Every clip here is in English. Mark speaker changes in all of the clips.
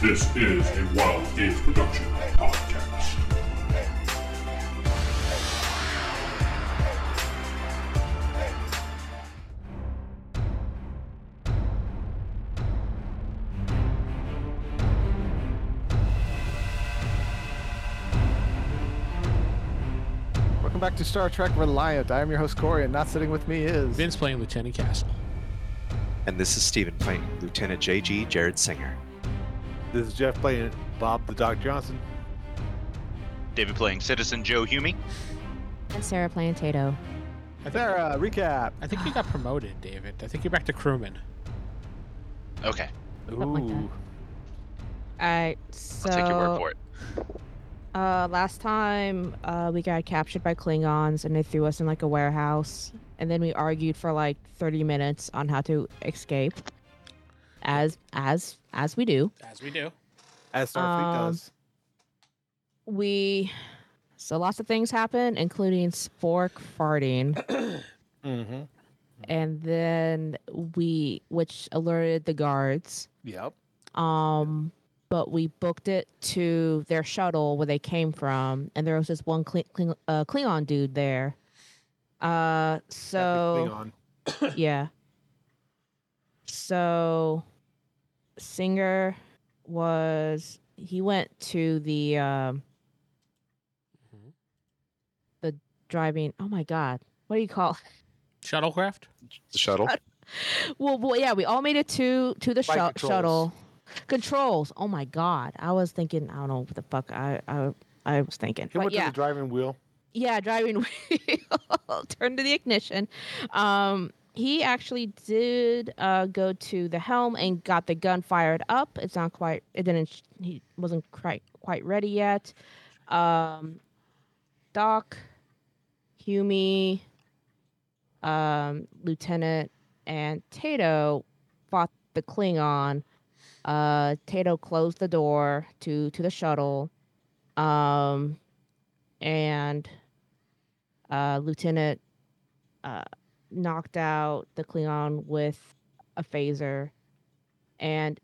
Speaker 1: This is a Wild Game Production podcast.
Speaker 2: Welcome back to Star Trek Reliant. I am your host Corey, and not sitting with me is
Speaker 3: Vince playing Lieutenant Castle.
Speaker 4: And this is Steven fighting Lieutenant JG Jared Singer.
Speaker 5: This is Jeff playing Bob the Doc Johnson.
Speaker 6: David playing Citizen Joe Humey.
Speaker 7: And Sarah Plantato.
Speaker 3: I think,
Speaker 2: Sarah. Recap.
Speaker 3: I think you got promoted, David. I think you're back to crewman.
Speaker 6: Okay,
Speaker 7: Something like that. All right. So,
Speaker 6: I'll take your word for it.
Speaker 7: Uh, last time uh, we got captured by Klingons and they threw us in like a warehouse. And then we argued for like 30 minutes on how to escape. As as as we do.
Speaker 3: As we do.
Speaker 5: As Starfleet
Speaker 7: Um,
Speaker 5: does.
Speaker 7: We so lots of things happen, including spork farting.
Speaker 5: Mm-hmm.
Speaker 7: and then we which alerted the guards.
Speaker 5: Yep.
Speaker 7: um but we booked it to their shuttle where they came from and there was this one Kling, Kling, uh, klingon dude there uh so
Speaker 5: on.
Speaker 7: yeah so singer was he went to the um
Speaker 3: Mhm.
Speaker 7: the driving oh my god what do you call
Speaker 3: Shuttlecraft.
Speaker 4: The shuttle.
Speaker 7: well, well, yeah, we all made it to to the
Speaker 5: Flight
Speaker 7: shut-
Speaker 5: controls.
Speaker 7: shuttle controls. Oh my god, I was thinking, I don't know what the fuck I I, I was thinking.
Speaker 5: He
Speaker 7: But
Speaker 5: went
Speaker 7: yeah,
Speaker 5: to the driving wheel.
Speaker 7: yeah, driving wheel, turn to the ignition. Um, he actually did uh, go to the helm and got the gun fired up. It's not quite. It didn't. He wasn't quite quite ready yet. Um, Doc, Humey, um, Lieutenant, and Tato fought the Klingon. Uh, Tato closed the door to to the shuttle. Um, and uh, Lieutenant uh, knocked out the Klingon with a phaser. And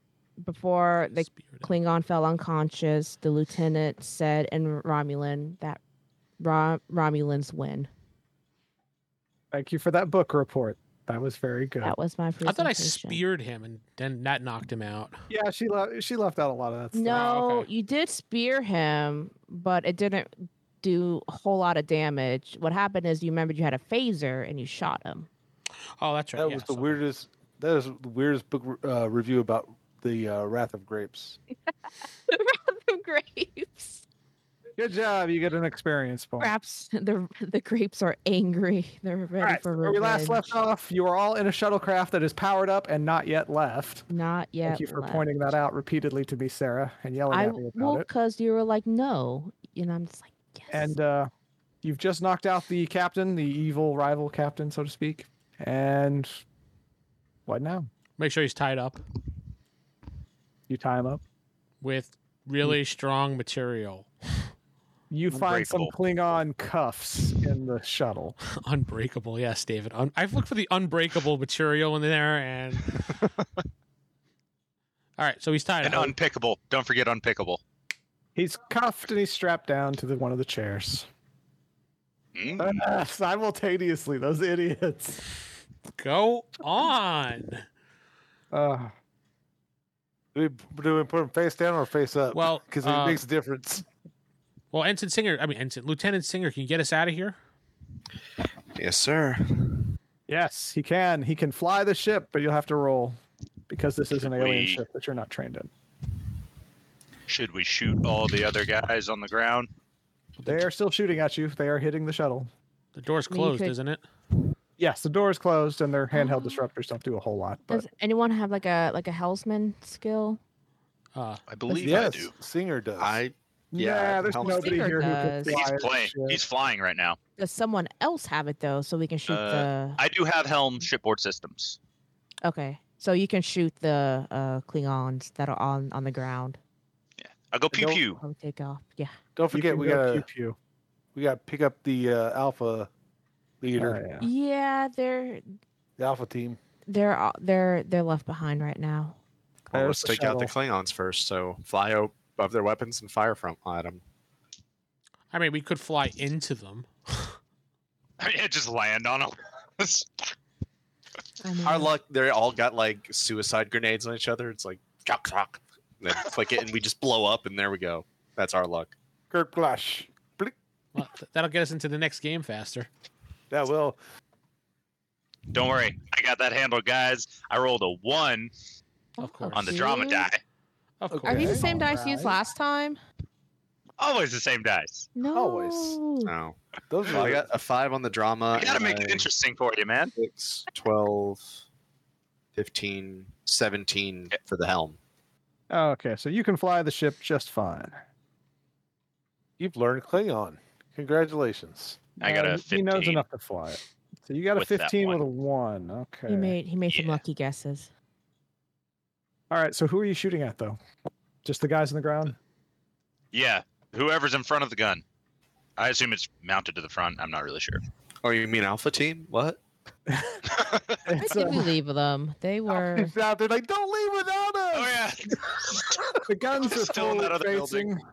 Speaker 7: before the
Speaker 3: Spirit.
Speaker 7: Klingon fell unconscious, the lieutenant said in Romulan that Rom- Romulans win.
Speaker 2: Thank you for that book report. That was very good.
Speaker 7: That was my presentation.
Speaker 3: I thought I speared him and then that knocked him out.
Speaker 2: Yeah, she left. She left out a lot of that. Stuff.
Speaker 7: No,
Speaker 3: Oh, okay.
Speaker 7: you did spear him, but it didn't do a whole lot of damage. What happened is you remembered you had a phaser and you shot him.
Speaker 3: Oh, that's right.
Speaker 5: That
Speaker 3: yeah,
Speaker 5: was the
Speaker 3: sorry.
Speaker 5: weirdest. That is the weirdest book re- uh, review about the uh, Wrath of Grapes.
Speaker 7: the grapes.
Speaker 2: Good job. You get an experience point.
Speaker 7: Perhaps the the grapes are angry. They're ready
Speaker 2: All right.
Speaker 7: for
Speaker 2: Where
Speaker 7: revenge.
Speaker 2: we last left off, you are all in a shuttlecraft that is powered up and not yet left.
Speaker 7: Not yet.
Speaker 2: Thank you for
Speaker 7: left.
Speaker 2: pointing that out repeatedly to me, Sarah, and yelling
Speaker 7: I
Speaker 2: at me about
Speaker 7: well,
Speaker 2: it.
Speaker 7: because you were like, no, and I'm just like, yes.
Speaker 2: And uh, you've just knocked out the captain, the evil rival captain, so to speak. And what now?
Speaker 3: Make sure he's tied up
Speaker 2: You tie him up.
Speaker 3: with really strong material,
Speaker 2: You find some
Speaker 6: Unbreakable.
Speaker 2: Klingon cuffs in the shuttle.
Speaker 3: unbreakable. Yes, David. Un- I've looked for the unbreakable material in there, and all right, so he's tied
Speaker 6: and
Speaker 3: up.
Speaker 6: unpickable. Don't forget unpickable.
Speaker 2: He's cuffed and he's strapped down to the, one of the chairs.
Speaker 6: Mm.
Speaker 2: Ah, simultaneously, those idiots.
Speaker 3: Go on.
Speaker 2: Uh,
Speaker 5: Do we, do we put him face down or face up?
Speaker 3: Well,
Speaker 5: because it
Speaker 3: uh,
Speaker 5: makes a difference.
Speaker 3: Well, Ensign Singer. I mean, Ensign Lieutenant Singer. Can you get us out of here?
Speaker 4: Yes, sir.
Speaker 2: yes, he can. He can fly the ship, but you'll have to roll because this is an alien
Speaker 6: We-
Speaker 2: ship that you're not trained in.
Speaker 6: Should we shoot all the other guys on the ground?
Speaker 2: They are still shooting at you. They are hitting the shuttle.
Speaker 3: The door's
Speaker 7: I mean, you
Speaker 3: closed,
Speaker 7: could-
Speaker 3: isn't it?
Speaker 2: Yes, the door is closed and their handheld
Speaker 7: Oh.
Speaker 2: disruptors don't do a whole lot. But
Speaker 7: does anyone have like a like a helmsman skill?
Speaker 3: Uh,
Speaker 6: I believe
Speaker 5: yes,
Speaker 6: I do.
Speaker 5: Singer does.
Speaker 4: I Yeah,
Speaker 2: Nah, there's
Speaker 4: how-
Speaker 2: nobody
Speaker 7: Singer
Speaker 2: here
Speaker 7: does.
Speaker 2: who can fly.
Speaker 6: He's
Speaker 2: the
Speaker 6: playing.
Speaker 2: ship.
Speaker 6: He's flying right now.
Speaker 7: Does someone else have it though, so we can shoot
Speaker 6: Uh, I do have Helm shipboard systems.
Speaker 7: the? Okay, so you can shoot the uh Klingons that are on on the ground.
Speaker 6: I'll go pew
Speaker 5: don't-
Speaker 6: pew.
Speaker 7: When we take off. Yeah.
Speaker 5: Don't
Speaker 2: You
Speaker 5: forget
Speaker 2: can
Speaker 5: we
Speaker 2: go
Speaker 5: gotta
Speaker 2: pew pew.
Speaker 5: we gotta pick up the uh, Alpha leader,
Speaker 2: Oh, yeah.
Speaker 7: Yeah, they're
Speaker 5: the Alpha team.
Speaker 7: they're all- they're they're left behind right now.
Speaker 4: Well,
Speaker 2: There's
Speaker 4: let's
Speaker 2: the
Speaker 4: take out the Klingons first. So fly out of their weapons and fire from at them.
Speaker 3: I mean, we could fly into them.
Speaker 6: I mean, just land on them.
Speaker 7: I mean,
Speaker 4: Our luck, they all got like suicide grenades on each other. It's like, cock, cock. And then click it and we just blow up and there we go. That's our luck.
Speaker 5: Kirk Glash.
Speaker 3: Well, th- that'll get us into the next game faster.
Speaker 5: Yeah, well,
Speaker 6: Don't worry, I got that handled, guys. I rolled a one
Speaker 3: Of course.
Speaker 6: on the drama
Speaker 7: See?
Speaker 6: die.
Speaker 3: Of course.
Speaker 7: Are these the
Speaker 5: Okay.
Speaker 7: same dice used last time?
Speaker 6: Always the same dice.
Speaker 7: No.
Speaker 5: Always.
Speaker 4: No.
Speaker 5: those
Speaker 4: Well,
Speaker 5: are
Speaker 4: I got a five on the drama.
Speaker 6: I gotta
Speaker 4: and
Speaker 6: make it
Speaker 4: a
Speaker 6: interesting for you, man.
Speaker 4: Six, 12, 15, 17 for the helm.
Speaker 2: Okay, so you can fly the ship just fine.
Speaker 5: you've learned Klingon. Congratulations.
Speaker 6: I got
Speaker 2: Uh,
Speaker 6: a
Speaker 2: He knows
Speaker 6: 15.
Speaker 2: enough to fly it. So you got a
Speaker 6: With that
Speaker 2: 15 with a
Speaker 6: one.
Speaker 2: 1. Okay.
Speaker 7: He made he made some
Speaker 6: Yeah.
Speaker 7: lucky guesses.
Speaker 2: All right, so who are you shooting at, though? Just the guys on the ground?
Speaker 6: Yeah, whoever's in front of the gun. I assume it's mounted to the front. I'm not really sure.
Speaker 4: Oh, you mean Alpha Team? What?
Speaker 7: I
Speaker 2: uh,
Speaker 7: think we leave them. They were
Speaker 5: He's out there like, don't leave without us.
Speaker 6: Oh yeah,
Speaker 2: the guns are
Speaker 6: Oh, Still in that
Speaker 2: forward
Speaker 6: other building.
Speaker 2: facing.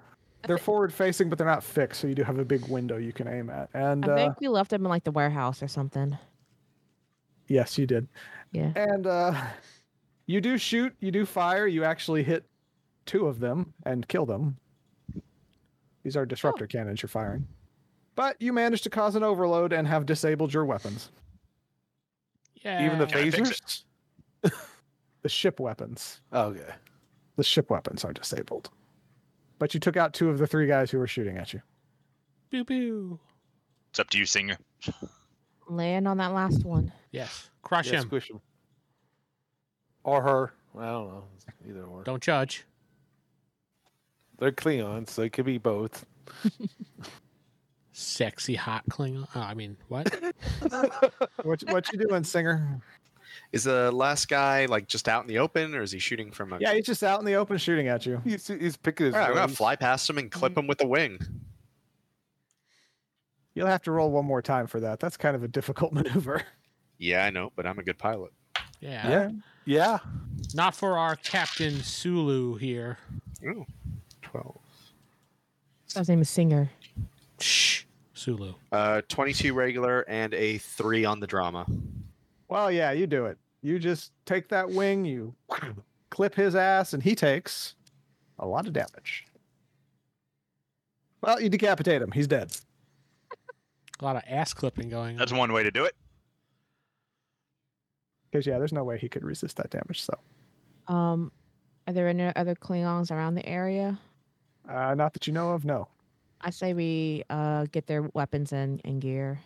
Speaker 2: They're forward facing, but they're not fixed, so you do have a big window you can aim at. And
Speaker 7: I
Speaker 2: uh,
Speaker 7: think we left them in like the warehouse or something.
Speaker 2: yes, you did.
Speaker 7: Yeah.
Speaker 2: And uh, you do shoot, you do fire, you actually hit two of them and kill them. These are disruptor cannons you're firing. But you managed to cause an overload and have disabled your weapons,
Speaker 3: Yeah.
Speaker 5: Even the
Speaker 6: Can I fix
Speaker 5: phasers? Oh,
Speaker 2: the ship weapons.
Speaker 5: Okay.
Speaker 2: the ship weapons are disabled. But you took out two of the three guys who were shooting at you.
Speaker 3: Boo boo.
Speaker 6: it's up to you, singer.
Speaker 7: Land on that last one.
Speaker 3: Yes. Crush
Speaker 5: Yeah,
Speaker 3: him.
Speaker 5: squish him. Or her. I don't know. It's Either or.
Speaker 3: Don't judge.
Speaker 5: They're Klingons, so it could be both.
Speaker 3: Sexy hot Klingon. Oh, I mean, what?
Speaker 2: What what you doing, Singer?
Speaker 4: Is the last guy like just out in the open or is he shooting from a.
Speaker 2: Yeah, he's just out in the open shooting at you.
Speaker 5: He's, he's picking his.
Speaker 4: All right, I'm gonna
Speaker 5: nose.
Speaker 4: fly past him and clip him with a wing.
Speaker 2: You'll have to roll one more time for that. That's kind of a difficult maneuver.
Speaker 4: Yeah, I know, but I'm a good pilot.
Speaker 3: Yeah.
Speaker 5: Yeah. Yeah.
Speaker 3: Not for our Captain Sulu here.
Speaker 4: Ooh, 12.
Speaker 7: His name is Singer.
Speaker 3: Shh. Sulu.
Speaker 4: Uh, 22 regular and a 3 on the drama.
Speaker 2: Well, yeah, you do it. You just take that wing, you clip his ass, and he takes a lot of damage. Well, you decapitate him. He's dead.
Speaker 3: A lot of ass clipping going
Speaker 6: That's
Speaker 3: on.
Speaker 6: one way to do it.
Speaker 2: Because yeah, there's no way he could resist that damage. So,
Speaker 7: Um, are there any other Klingons around the area?
Speaker 2: uh, not that you know of, no.
Speaker 7: I say we uh get their weapons and, and gear.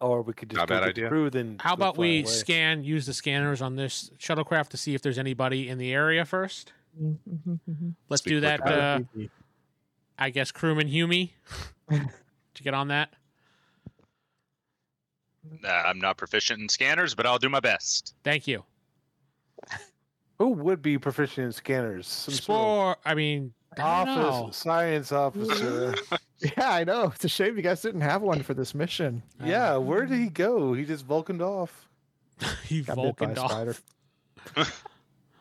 Speaker 5: Or we could just
Speaker 4: Not a
Speaker 5: go
Speaker 4: bad
Speaker 5: get
Speaker 4: idea.
Speaker 5: the crew, then
Speaker 3: How
Speaker 5: go
Speaker 3: about
Speaker 5: fly
Speaker 3: we
Speaker 5: away.
Speaker 3: scan, use the scanners on this shuttlecraft to see if there's anybody in the area first?
Speaker 7: Mm, mhm, mhm.
Speaker 3: Let's
Speaker 4: Speak
Speaker 3: do that.
Speaker 4: quick about it.
Speaker 3: Uh,
Speaker 2: That would be-
Speaker 3: I guess crewman Humey to get on that.
Speaker 6: Uh, I'm not proficient in scanners, but I'll do my best.
Speaker 3: Thank you.
Speaker 5: Who would be proficient in scanners? Some sort of
Speaker 3: Spore. I mean, I don't know.
Speaker 5: office, science officer.
Speaker 2: Yeah, I know. It's a shame you guys didn't have one for this mission.
Speaker 3: I don't
Speaker 5: yeah,
Speaker 3: know.
Speaker 5: where did he go? He just vulcaned off.
Speaker 3: he
Speaker 2: Got bit by a
Speaker 3: Vulcaned
Speaker 2: spider.
Speaker 3: off.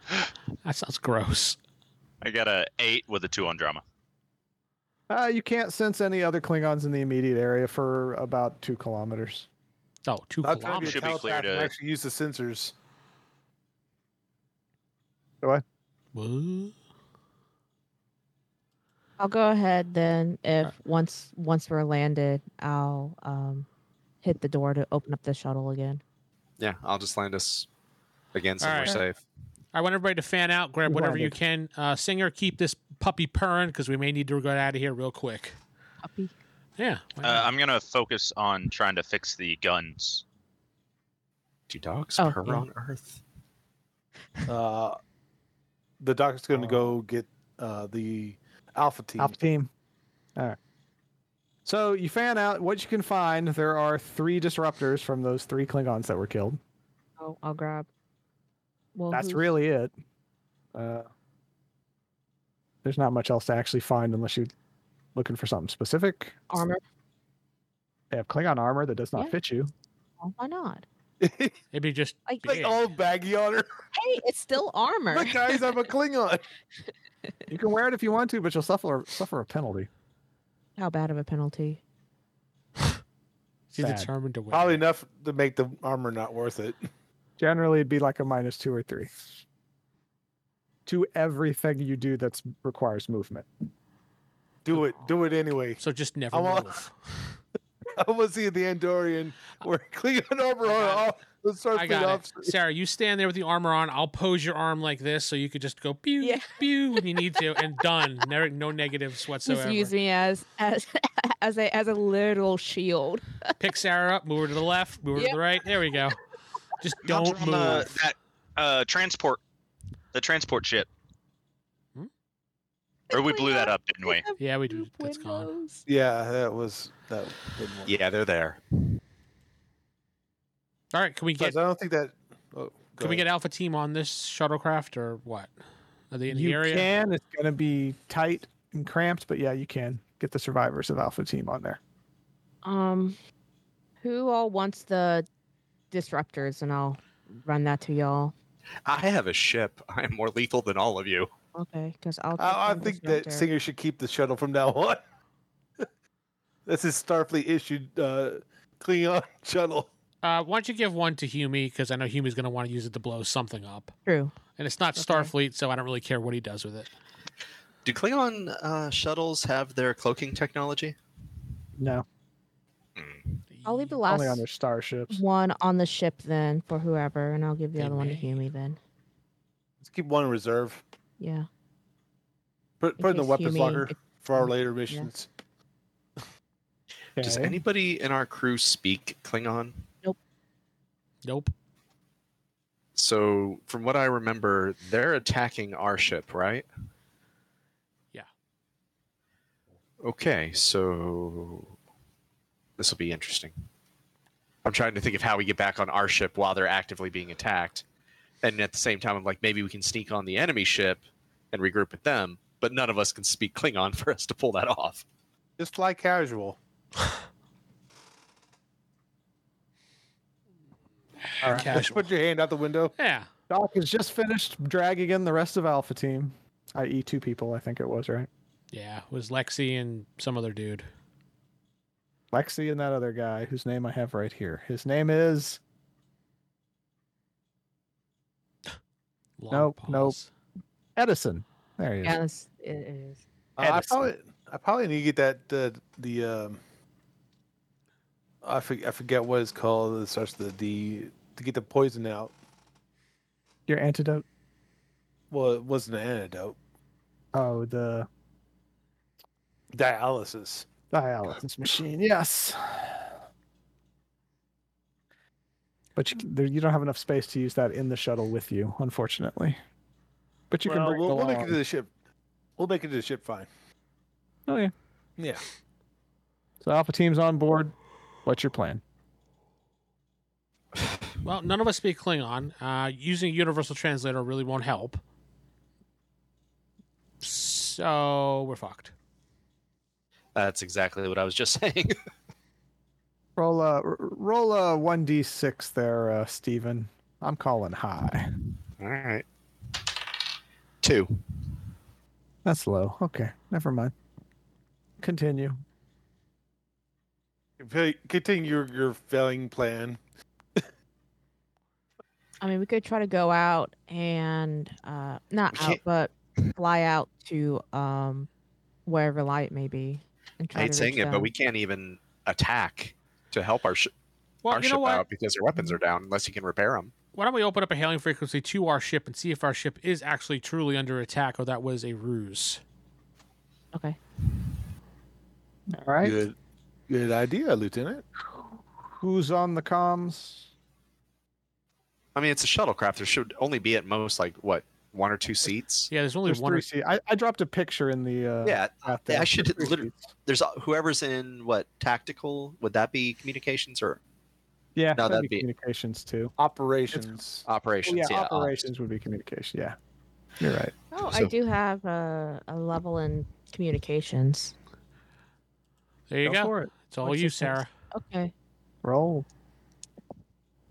Speaker 3: That sounds gross.
Speaker 6: I got a eight with a two on drama.
Speaker 2: Uh, you can't sense any other Klingons in the immediate area for about two kilometers.
Speaker 3: Oh, two
Speaker 5: Not trying to
Speaker 3: kilometers.
Speaker 5: be a
Speaker 6: Should be clear
Speaker 5: telepath and
Speaker 6: to-
Speaker 5: actually use the sensors.
Speaker 3: Whoa.
Speaker 7: I'll go ahead then. If once once we're landed, I'll um hit the door to open up the shuttle again.
Speaker 4: Yeah, I'll just land us again somewhere
Speaker 3: right.
Speaker 4: safe.
Speaker 3: I want everybody to fan out, grab
Speaker 2: You
Speaker 3: whatever you
Speaker 2: landed.
Speaker 3: can. Uh, Singer, keep this puppy purring because we may need to get out of here real quick.
Speaker 7: Puppy.
Speaker 3: Yeah. why
Speaker 6: Uh,
Speaker 3: not?
Speaker 6: I'm gonna focus on trying to fix the guns.
Speaker 4: Do dogs
Speaker 7: Oh,
Speaker 4: purr
Speaker 7: yeah.
Speaker 4: on Earth?
Speaker 5: Uh, the doctor's going to
Speaker 2: Uh,
Speaker 5: go get uh, the alpha team.
Speaker 2: Alpha team. All right. So you fan out what you can find. There are three disruptors from those three Klingons that were killed.
Speaker 7: Oh, I'll grab. Well,
Speaker 2: That's
Speaker 7: who's-
Speaker 2: really it. Uh, there's not much else to actually find unless you're looking for something specific.
Speaker 7: armor.
Speaker 2: They have Klingon armor that does not
Speaker 7: Yeah.
Speaker 2: fit you.
Speaker 7: Oh, Why not?
Speaker 3: It'd be just
Speaker 7: Like-
Speaker 5: like
Speaker 3: big.
Speaker 5: all baggy on her.
Speaker 7: Hey, it's still armor.
Speaker 5: Look, guys, I'm a Klingon.
Speaker 2: You can wear it if you want to, but you'll suffer suffer a penalty.
Speaker 7: How bad of a penalty?
Speaker 3: She's
Speaker 2: Sad.
Speaker 3: determined to win.
Speaker 5: Probably enough to make the armor not worth it.
Speaker 2: Generally, it'd be like a minus two or three to everything you do that requires movement.
Speaker 5: Do it. Do it anyway.
Speaker 3: So just never
Speaker 5: I'm all-
Speaker 3: move.
Speaker 5: I want to see the Andorian where Klingon armor on
Speaker 3: got
Speaker 5: all the
Speaker 3: I
Speaker 5: Starfleet
Speaker 3: got
Speaker 5: officers.
Speaker 3: it. Sarah, you stand there with the armor on. I'll pose your arm like this so you could just go pew
Speaker 7: Yeah.
Speaker 3: pew when you need to, and done. Never, no negatives
Speaker 7: Just
Speaker 3: whatsoever.
Speaker 7: use me as as as a as a literal shield.
Speaker 3: Pick Sarah up, move her to the left, move her
Speaker 7: Yeah.
Speaker 3: to the right. There we go. Just
Speaker 6: Mount
Speaker 3: don't
Speaker 6: her
Speaker 3: move.
Speaker 6: on the- that uh, transport, the transport ship.
Speaker 3: Hmm?
Speaker 6: Or we blew that up, didn't we?
Speaker 3: Yeah, we do. That's gone.
Speaker 5: Yeah, that was that. Didn't work.
Speaker 4: Yeah, they're there.
Speaker 3: All right, can we get
Speaker 5: Besides, I don't think that. Oh, go
Speaker 3: can we
Speaker 5: ahead.
Speaker 3: get Alpha Team on this shuttlecraft or what? Are they in the
Speaker 2: you
Speaker 3: area?
Speaker 2: can. It's going to be tight and cramped, but yeah, you can get the survivors of Alpha Team on there.
Speaker 7: Um, who all wants the disruptors, and I'll run that to y'all.
Speaker 4: I have a ship. I am more lethal than all of you.
Speaker 7: Okay, because I'll. take
Speaker 5: I, I
Speaker 7: one
Speaker 5: think that
Speaker 7: disruptor.
Speaker 5: Singer should keep the shuttle from now on. That's his Starfleet issued uh, Klingon shuttle.
Speaker 3: Uh, why don't you give one to Hume because I know Hume's going to want to use it to blow something up,
Speaker 7: True.
Speaker 3: and it's not
Speaker 7: Okay.
Speaker 3: Starfleet, so I don't really care what he does with it.
Speaker 4: Do Klingon uh, shuttles have their cloaking technology?
Speaker 2: No,
Speaker 7: I'll leave the last
Speaker 2: only on their starships.
Speaker 7: one on the ship then for whoever, and I'll give the
Speaker 3: They
Speaker 7: other one to
Speaker 3: may.
Speaker 7: Hume then.
Speaker 5: Let's keep one in reserve.
Speaker 7: Yeah.
Speaker 5: Put,
Speaker 7: In
Speaker 5: put in the
Speaker 7: case
Speaker 5: weapons
Speaker 7: Hume-
Speaker 5: locker for our later missions.
Speaker 4: Does
Speaker 2: Okay.
Speaker 4: anybody in our crew speak Klingon?
Speaker 3: Nope.
Speaker 4: So, from what I remember, they're attacking our ship, right?
Speaker 3: Yeah.
Speaker 4: Okay, so this will be interesting. I'm trying to think of how we get back on our ship while they're actively being attacked. And at the same time, I'm like, maybe we can sneak on the enemy ship and regroup with them, but none of us can speak Klingon for us to pull that off.
Speaker 5: Just fly casual.
Speaker 2: All right.
Speaker 5: Just put your hand out the window.
Speaker 3: Yeah.
Speaker 2: Doc has just finished dragging in the rest of Alpha Team, i.e., two people, I think it was, right?
Speaker 3: Yeah, it was Lexi and some other dude.
Speaker 2: Lexi and that other guy whose name I have right here. His name is
Speaker 3: Long
Speaker 2: Nope, nope.
Speaker 3: pause.
Speaker 2: Edison. There he is.
Speaker 7: Yeah, that's, it is.
Speaker 5: Uh, I
Speaker 2: Edison.
Speaker 5: probably I probably need to get that uh, the um, I, forget, I forget what it's called. It starts with the D to get the poison out.
Speaker 2: Your antidote?
Speaker 5: Well, it wasn't an antidote.
Speaker 2: Oh, the
Speaker 5: Dialysis.
Speaker 2: dialysis machine. Yes. But you, there, you don't have enough space to use that in the shuttle with you, unfortunately. But you
Speaker 5: Well,
Speaker 2: can bring
Speaker 5: we'll,
Speaker 2: it
Speaker 5: we'll
Speaker 2: along.
Speaker 5: make it to the ship. We'll make it to the ship fine.
Speaker 2: oh, yeah.
Speaker 5: Yeah.
Speaker 2: So Alpha Team's on board. What's your plan?
Speaker 3: Well, none of us speak Klingon. Uh, using a universal translator really won't help. So we're fucked.
Speaker 4: That's exactly what I was just saying.
Speaker 2: Roll a, r- roll a 1d6 there, uh, Steven. I'm calling high.
Speaker 4: All right. Two.
Speaker 2: That's low. Okay, never mind. Continue.
Speaker 5: Conti- Continue your, your failing plan.
Speaker 7: I mean, we could try to go out and uh not
Speaker 4: We
Speaker 7: out, but fly out to um wherever light may be. And
Speaker 4: I
Speaker 7: try
Speaker 4: hate
Speaker 7: to
Speaker 4: saying
Speaker 7: reach
Speaker 4: it, but
Speaker 7: them.
Speaker 4: we can't even attack to help our, sh-
Speaker 3: Well,
Speaker 4: our
Speaker 3: you know
Speaker 4: ship
Speaker 3: what?
Speaker 4: out because their weapons are down unless you can repair them.
Speaker 3: Why don't we open up a hailing frequency to our ship and see if our ship is actually truly under attack or that was a ruse?
Speaker 7: Okay.
Speaker 2: All right.
Speaker 5: Good, good idea, Lieutenant.
Speaker 2: Who's on the comms?
Speaker 4: I mean, it's a shuttlecraft. There should only be at most like what one or two seats.
Speaker 3: Yeah, there's only
Speaker 2: There's
Speaker 3: one.
Speaker 2: three C. I, I dropped a picture in the. Uh,
Speaker 4: Yeah,
Speaker 2: chat
Speaker 4: I
Speaker 2: there.
Speaker 4: should
Speaker 2: There's three
Speaker 4: literally-
Speaker 2: seats.
Speaker 4: there's whoever's in what tactical would that be communications or
Speaker 2: Yeah,
Speaker 4: No,
Speaker 2: that'd,
Speaker 4: that'd
Speaker 2: be,
Speaker 4: be-
Speaker 2: communications too.
Speaker 5: Operations.
Speaker 2: Well,
Speaker 4: operations?
Speaker 2: yeah,
Speaker 4: ops.
Speaker 2: operations would be communication. Yeah, you're right.
Speaker 7: Oh, I
Speaker 4: So-
Speaker 7: do have a, a level in communications.
Speaker 3: There you go.
Speaker 2: for it.
Speaker 3: It's all
Speaker 7: What's
Speaker 3: you,
Speaker 7: your sense?
Speaker 3: Sarah.
Speaker 7: Okay.
Speaker 2: Roll.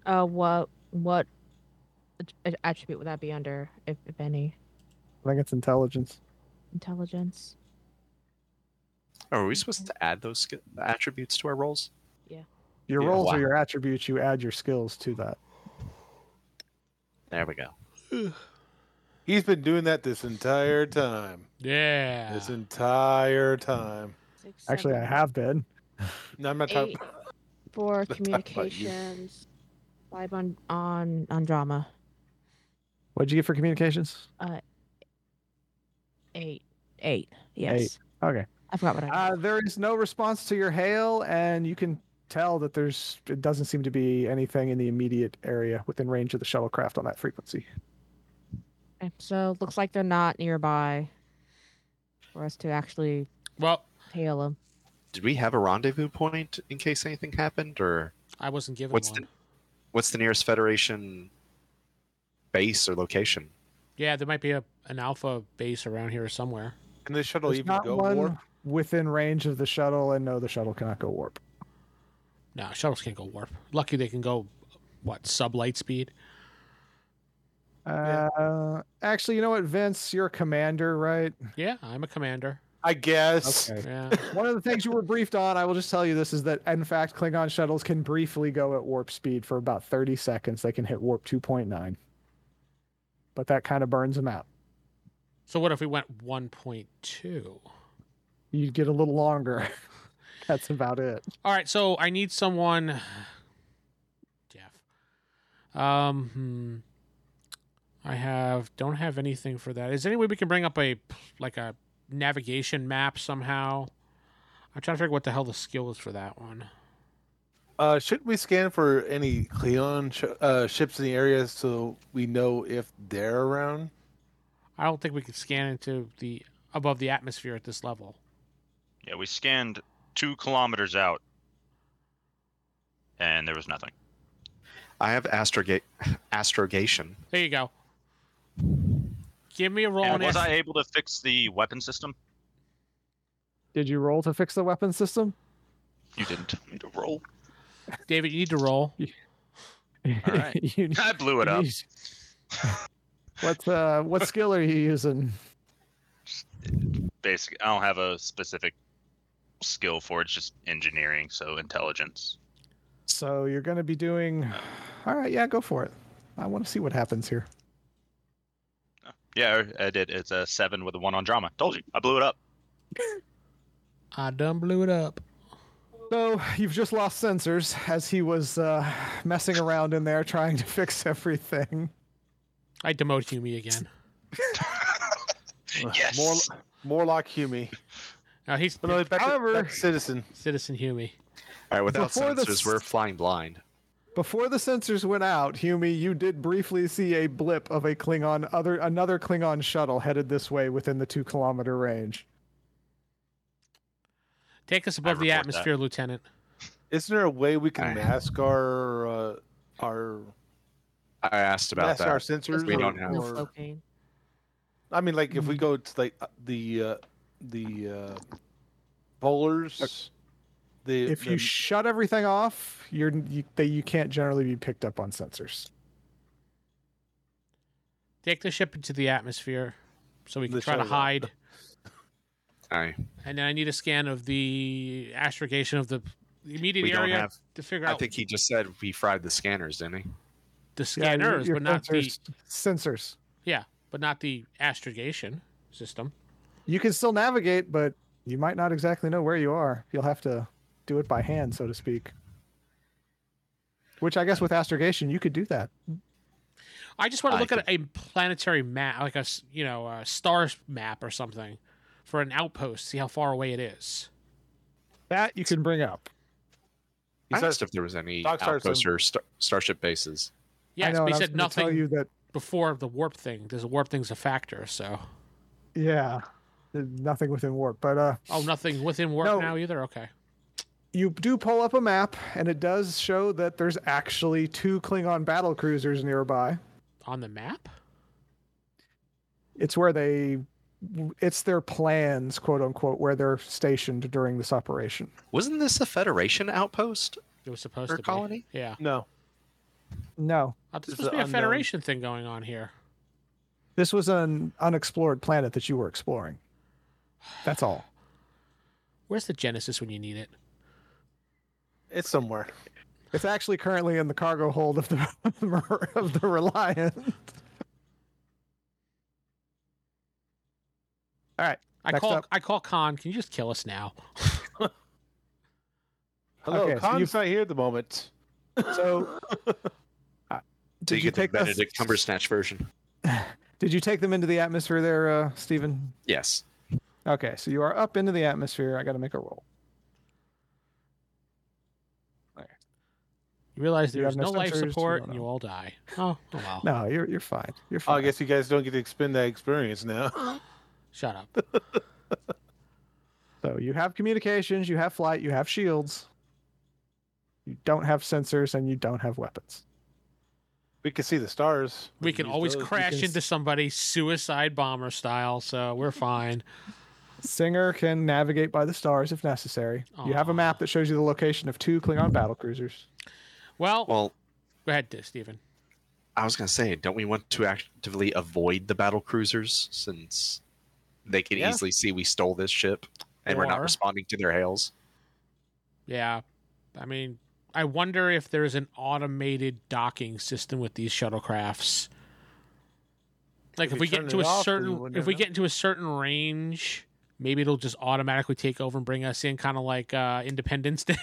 Speaker 7: Uh, what what att- attribute would that be under, if, if any?
Speaker 2: I think it's intelligence.
Speaker 7: Intelligence.
Speaker 4: Oh, are we supposed to add those sk- attributes to our roles?
Speaker 2: Your
Speaker 4: Yeah.
Speaker 2: roles
Speaker 4: Wow.
Speaker 2: are your attributes. You add your skills to that.
Speaker 4: There we go.
Speaker 5: He's been doing that this entire time.
Speaker 3: Yeah.
Speaker 5: This entire time.
Speaker 7: Six,
Speaker 2: Actually, I
Speaker 7: seven,
Speaker 2: have been.
Speaker 5: No, I'm not talking.
Speaker 7: eight for
Speaker 5: talking about you.
Speaker 7: communications. Live on on on drama.
Speaker 2: What'd you get for communications?
Speaker 7: Eight eight. Yes.
Speaker 2: Okay.
Speaker 7: I forgot what I.
Speaker 2: Uh, there is no response to your hail, and you can tell that there's it doesn't seem to be anything in the immediate area within range of the shuttlecraft on that frequency.
Speaker 7: Okay, So looks like they're not nearby for us to actually
Speaker 3: well,
Speaker 7: tail them.
Speaker 4: Did we have a rendezvous point in case anything happened, or
Speaker 3: I wasn't given
Speaker 4: What's
Speaker 3: one.
Speaker 4: the- what's the nearest Federation base or location?
Speaker 3: Yeah, there might be a, an alpha base around here somewhere.
Speaker 5: Can this shuttle
Speaker 2: There's
Speaker 5: even
Speaker 2: not
Speaker 5: go
Speaker 2: one
Speaker 5: warp?
Speaker 2: within range of the shuttle, and no, the shuttle cannot go warp.
Speaker 3: No, shuttles can't go warp. Lucky they can go, what, sub light speed?
Speaker 2: Uh, actually, you know what, Vince? You're a commander, right?
Speaker 3: Yeah, I'm a commander.
Speaker 5: I guess.
Speaker 3: Yeah.
Speaker 2: One of the things you were briefed on, I will just tell you this, is that in fact, Klingon shuttles can briefly go at warp speed for about 30 seconds. They can hit warp 2.9, but that kind of burns them out.
Speaker 3: so what if we went 1.2?
Speaker 2: You'd get a little longer. That's about it.
Speaker 3: All right, so I need someone. Jeff. Um, hmm. I have don't have anything for that. Is there any way we can bring up a like a navigation map somehow? I'm trying to figure what the hell the skill is for that one.
Speaker 5: Uh, shouldn't we scan for any Cleon sh- uh, ships in the area so we know if they're around?
Speaker 3: I don't think we can scan into the above the atmosphere at this level.
Speaker 6: Yeah, we scanned two kilometers out, and there was nothing.
Speaker 4: I have astroga- astrogation.
Speaker 3: There you go. Give me a roll.
Speaker 6: And
Speaker 3: on
Speaker 6: was
Speaker 3: ast-
Speaker 6: I able to fix the weapon system?
Speaker 2: Did you roll to fix the weapon system?
Speaker 6: You didn't tell me to roll.
Speaker 3: David, you need to roll.
Speaker 6: All right.
Speaker 2: you need-
Speaker 6: I blew it
Speaker 2: you
Speaker 6: up.
Speaker 2: need- What uh, what skill are you using?
Speaker 6: Basically, I don't have a specific skill for it. It's just engineering, so intelligence.
Speaker 2: So you're going to be doing. All right, yeah, go for it. I want to see what happens here.
Speaker 6: Yeah, I did. It's a seven with a one on drama. Told you, I blew it up.
Speaker 3: I done blew it up.
Speaker 2: So you've just lost sensors as he was uh, messing around in there trying to fix everything.
Speaker 3: I demoted you me again.
Speaker 6: Yes.
Speaker 5: More, more like Hume.
Speaker 3: Now he's
Speaker 5: But no, back
Speaker 2: However-
Speaker 5: to, back to citizen.
Speaker 3: citizen Hume.
Speaker 4: All right, without
Speaker 2: Before the
Speaker 4: sensors,
Speaker 2: s-
Speaker 4: we're flying blind.
Speaker 2: Before the sensors went out, Hume, you did briefly see a blip of a Klingon other another Klingon shuttle headed this way within the two kilometer range.
Speaker 3: Take us above the
Speaker 6: report that.
Speaker 3: atmosphere, Lieutenant.
Speaker 5: Isn't there a way we can
Speaker 4: Alright.
Speaker 5: mask our uh, our
Speaker 4: I asked about
Speaker 5: mask our
Speaker 4: that.
Speaker 5: sensors?
Speaker 4: We
Speaker 5: or-
Speaker 4: don't have-
Speaker 7: No
Speaker 5: or-
Speaker 7: floating.
Speaker 5: I mean, like if
Speaker 2: Mm-hmm.
Speaker 5: we go to like uh, the uh, the uh, polars, the
Speaker 2: If
Speaker 5: the-
Speaker 2: you shut everything off, you're you, they, you can't generally be picked up on sensors.
Speaker 3: Take the ship into the atmosphere so we can
Speaker 5: The
Speaker 3: try to
Speaker 5: shuttle.
Speaker 3: hide.
Speaker 4: I,
Speaker 3: And then I need a scan of the astrogation of the immediate
Speaker 4: We don't
Speaker 3: area
Speaker 4: have-
Speaker 3: to figure
Speaker 4: I
Speaker 3: out
Speaker 4: think he just said we fried the scanners, didn't he?
Speaker 3: the
Speaker 2: Yeah, your-
Speaker 3: scanners,
Speaker 2: your
Speaker 3: but not the
Speaker 2: sensors, sensors.
Speaker 3: yeah, but not the astrogation system.
Speaker 2: You can still navigate, but you might not exactly know where you are. You'll have to do it by hand, so to speak. Which I guess with astrogation you could do that.
Speaker 3: I just want to
Speaker 4: I
Speaker 3: look at a planetary map, like a s- you know a star map or something, for an outpost. See how far away it is.
Speaker 2: That you can bring up.
Speaker 5: He
Speaker 4: I
Speaker 5: says-
Speaker 4: asked if there was any
Speaker 5: Doc Starson.
Speaker 4: outposts or star- starship bases.
Speaker 2: I
Speaker 3: Yes,
Speaker 2: know,
Speaker 3: but
Speaker 2: and
Speaker 3: he
Speaker 2: I was
Speaker 3: said
Speaker 2: gonna Tell
Speaker 3: nothing
Speaker 2: you that
Speaker 3: before the warp thing. There's a warp thing's a factor, so
Speaker 2: yeah, there's nothing within warp, but uh,
Speaker 3: oh, nothing within warp
Speaker 2: No.
Speaker 3: now either. Okay,
Speaker 2: you do pull up a map, and it does show that there's actually two Klingon battle cruisers nearby.
Speaker 3: on the map.
Speaker 2: It's where they, it's their plans, quote unquote, where they're stationed during this operation.
Speaker 4: Wasn't this a Federation outpost
Speaker 3: It was supposed
Speaker 4: or
Speaker 3: to
Speaker 4: colony?
Speaker 3: be. Yeah.
Speaker 5: no,
Speaker 2: No,
Speaker 3: Uh, There's
Speaker 5: It's
Speaker 3: supposed to be
Speaker 5: an
Speaker 3: a
Speaker 5: unknown.
Speaker 3: Federation thing going on here.
Speaker 2: this was an unexplored planet that you were exploring. That's all.
Speaker 3: Where's the Genesis when you need it?
Speaker 5: It's somewhere.
Speaker 2: It's actually currently in the cargo hold of the of the Reliant. All right.
Speaker 3: I
Speaker 2: Next
Speaker 3: call
Speaker 2: up.
Speaker 3: I call Khan. Can you just kill us now?
Speaker 5: Hello,
Speaker 2: Okay, so
Speaker 5: Khan's
Speaker 2: you've-
Speaker 5: not here at the moment.
Speaker 2: So, uh,
Speaker 4: So
Speaker 2: did
Speaker 4: you
Speaker 2: you,
Speaker 4: get the
Speaker 2: take this-
Speaker 4: Benedict Cumbersnatch version.
Speaker 2: Did you take them into the atmosphere there, uh, Stephen?
Speaker 4: Yes.
Speaker 2: Okay, so you are up into the atmosphere. I got to make a roll.
Speaker 3: You realize
Speaker 2: You
Speaker 3: there
Speaker 2: have
Speaker 3: is
Speaker 2: no
Speaker 3: no life
Speaker 2: sensors, you
Speaker 3: support
Speaker 2: don't
Speaker 3: and you
Speaker 2: know.
Speaker 3: all die. Oh, oh well.
Speaker 2: No, you're you're fine. You're
Speaker 5: Oh,
Speaker 2: fine.
Speaker 5: I guess you guys don't get to expend that experience now.
Speaker 3: Shut up.
Speaker 2: So you have communications, you have flight, you have shields. You don't have sensors and you don't have weapons.
Speaker 5: We can see the stars.
Speaker 3: We can
Speaker 5: use
Speaker 3: always
Speaker 5: those. We
Speaker 3: crash
Speaker 5: can-
Speaker 3: into somebody suicide bomber style, so we're fine.
Speaker 2: Singer can navigate by the stars if necessary. You have
Speaker 3: Aw.
Speaker 2: a map that shows you the location of two Klingon battle cruisers.
Speaker 3: Well,
Speaker 4: Well,
Speaker 3: go ahead, Stephen.
Speaker 4: I was gonna say, don't we want to actively avoid the battle cruisers since they can
Speaker 5: Yeah.
Speaker 4: easily see we stole this ship and we're not
Speaker 3: Or-
Speaker 4: responding to their hails?
Speaker 3: Yeah. I mean, I wonder if there's an automated docking system with these shuttlecrafts. Like
Speaker 5: If
Speaker 3: if
Speaker 5: you
Speaker 3: we
Speaker 5: turn
Speaker 3: get to
Speaker 5: it
Speaker 3: a
Speaker 5: off, then you
Speaker 3: certain
Speaker 5: wouldn't
Speaker 3: if we
Speaker 5: know.
Speaker 3: get into a certain range, maybe it'll just automatically take over and bring us in kind of like uh Independence Day.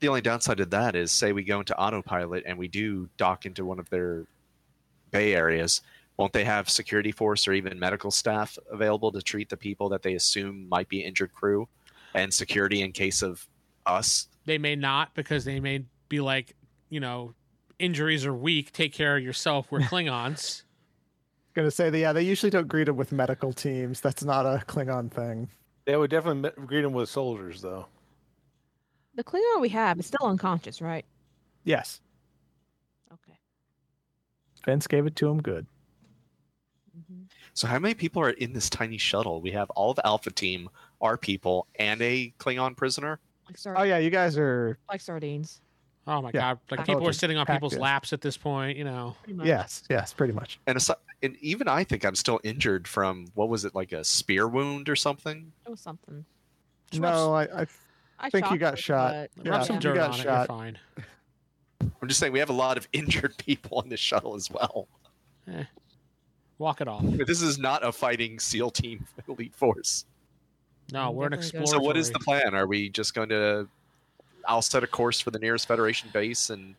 Speaker 4: The only downside to that is, say we go into autopilot and we do dock into one of their bay areas, won't they have security force or even medical staff available to treat the people that they assume might be injured crew and security in case of us?
Speaker 3: they may not because they may be like, you know, injuries are weak, take care of yourself, we're Klingons.
Speaker 2: Gonna say that yeah, they usually don't greet them with medical teams. That's not a Klingon thing.
Speaker 5: They would definitely me- greet them with soldiers, though.
Speaker 7: The Klingon we have is still unconscious, right?
Speaker 2: Yes,
Speaker 7: Okay.
Speaker 2: Vince gave it to him good.
Speaker 7: Mm-hmm.
Speaker 4: So how many people are in this tiny shuttle? We have all of Alpha Team, our people, and a Klingon prisoner.
Speaker 7: Like, sard-
Speaker 2: Oh yeah, you guys are
Speaker 7: like sardines.
Speaker 3: Oh my
Speaker 2: Yeah.
Speaker 3: god. Like
Speaker 7: Packed
Speaker 3: people are
Speaker 2: in.
Speaker 3: sitting on
Speaker 2: Packed
Speaker 3: people's
Speaker 2: in.
Speaker 3: laps at this point, you know.
Speaker 7: Pretty much.
Speaker 2: yes, yes, pretty much.
Speaker 4: And, aside, and even I think I'm still injured from what was it like a spear wound or something?
Speaker 7: It was something.
Speaker 2: No, I, I
Speaker 7: I
Speaker 2: Think you
Speaker 7: shot
Speaker 2: got
Speaker 7: her,
Speaker 2: shot.
Speaker 7: but-
Speaker 2: Yeah,
Speaker 3: Rub some
Speaker 2: you
Speaker 3: dirt
Speaker 2: got
Speaker 3: on it, you're
Speaker 2: shot.
Speaker 3: fine.
Speaker 4: I'm just saying we have a lot of injured people on this shuttle as well.
Speaker 3: Walk it off.
Speaker 4: But This is not a fighting SEAL Team elite force.
Speaker 3: No,
Speaker 7: I'm
Speaker 3: we're an
Speaker 7: definitely
Speaker 3: explorer.
Speaker 7: good.
Speaker 4: So what is the plan? Are we just going to? I'll set a course for the nearest Federation base and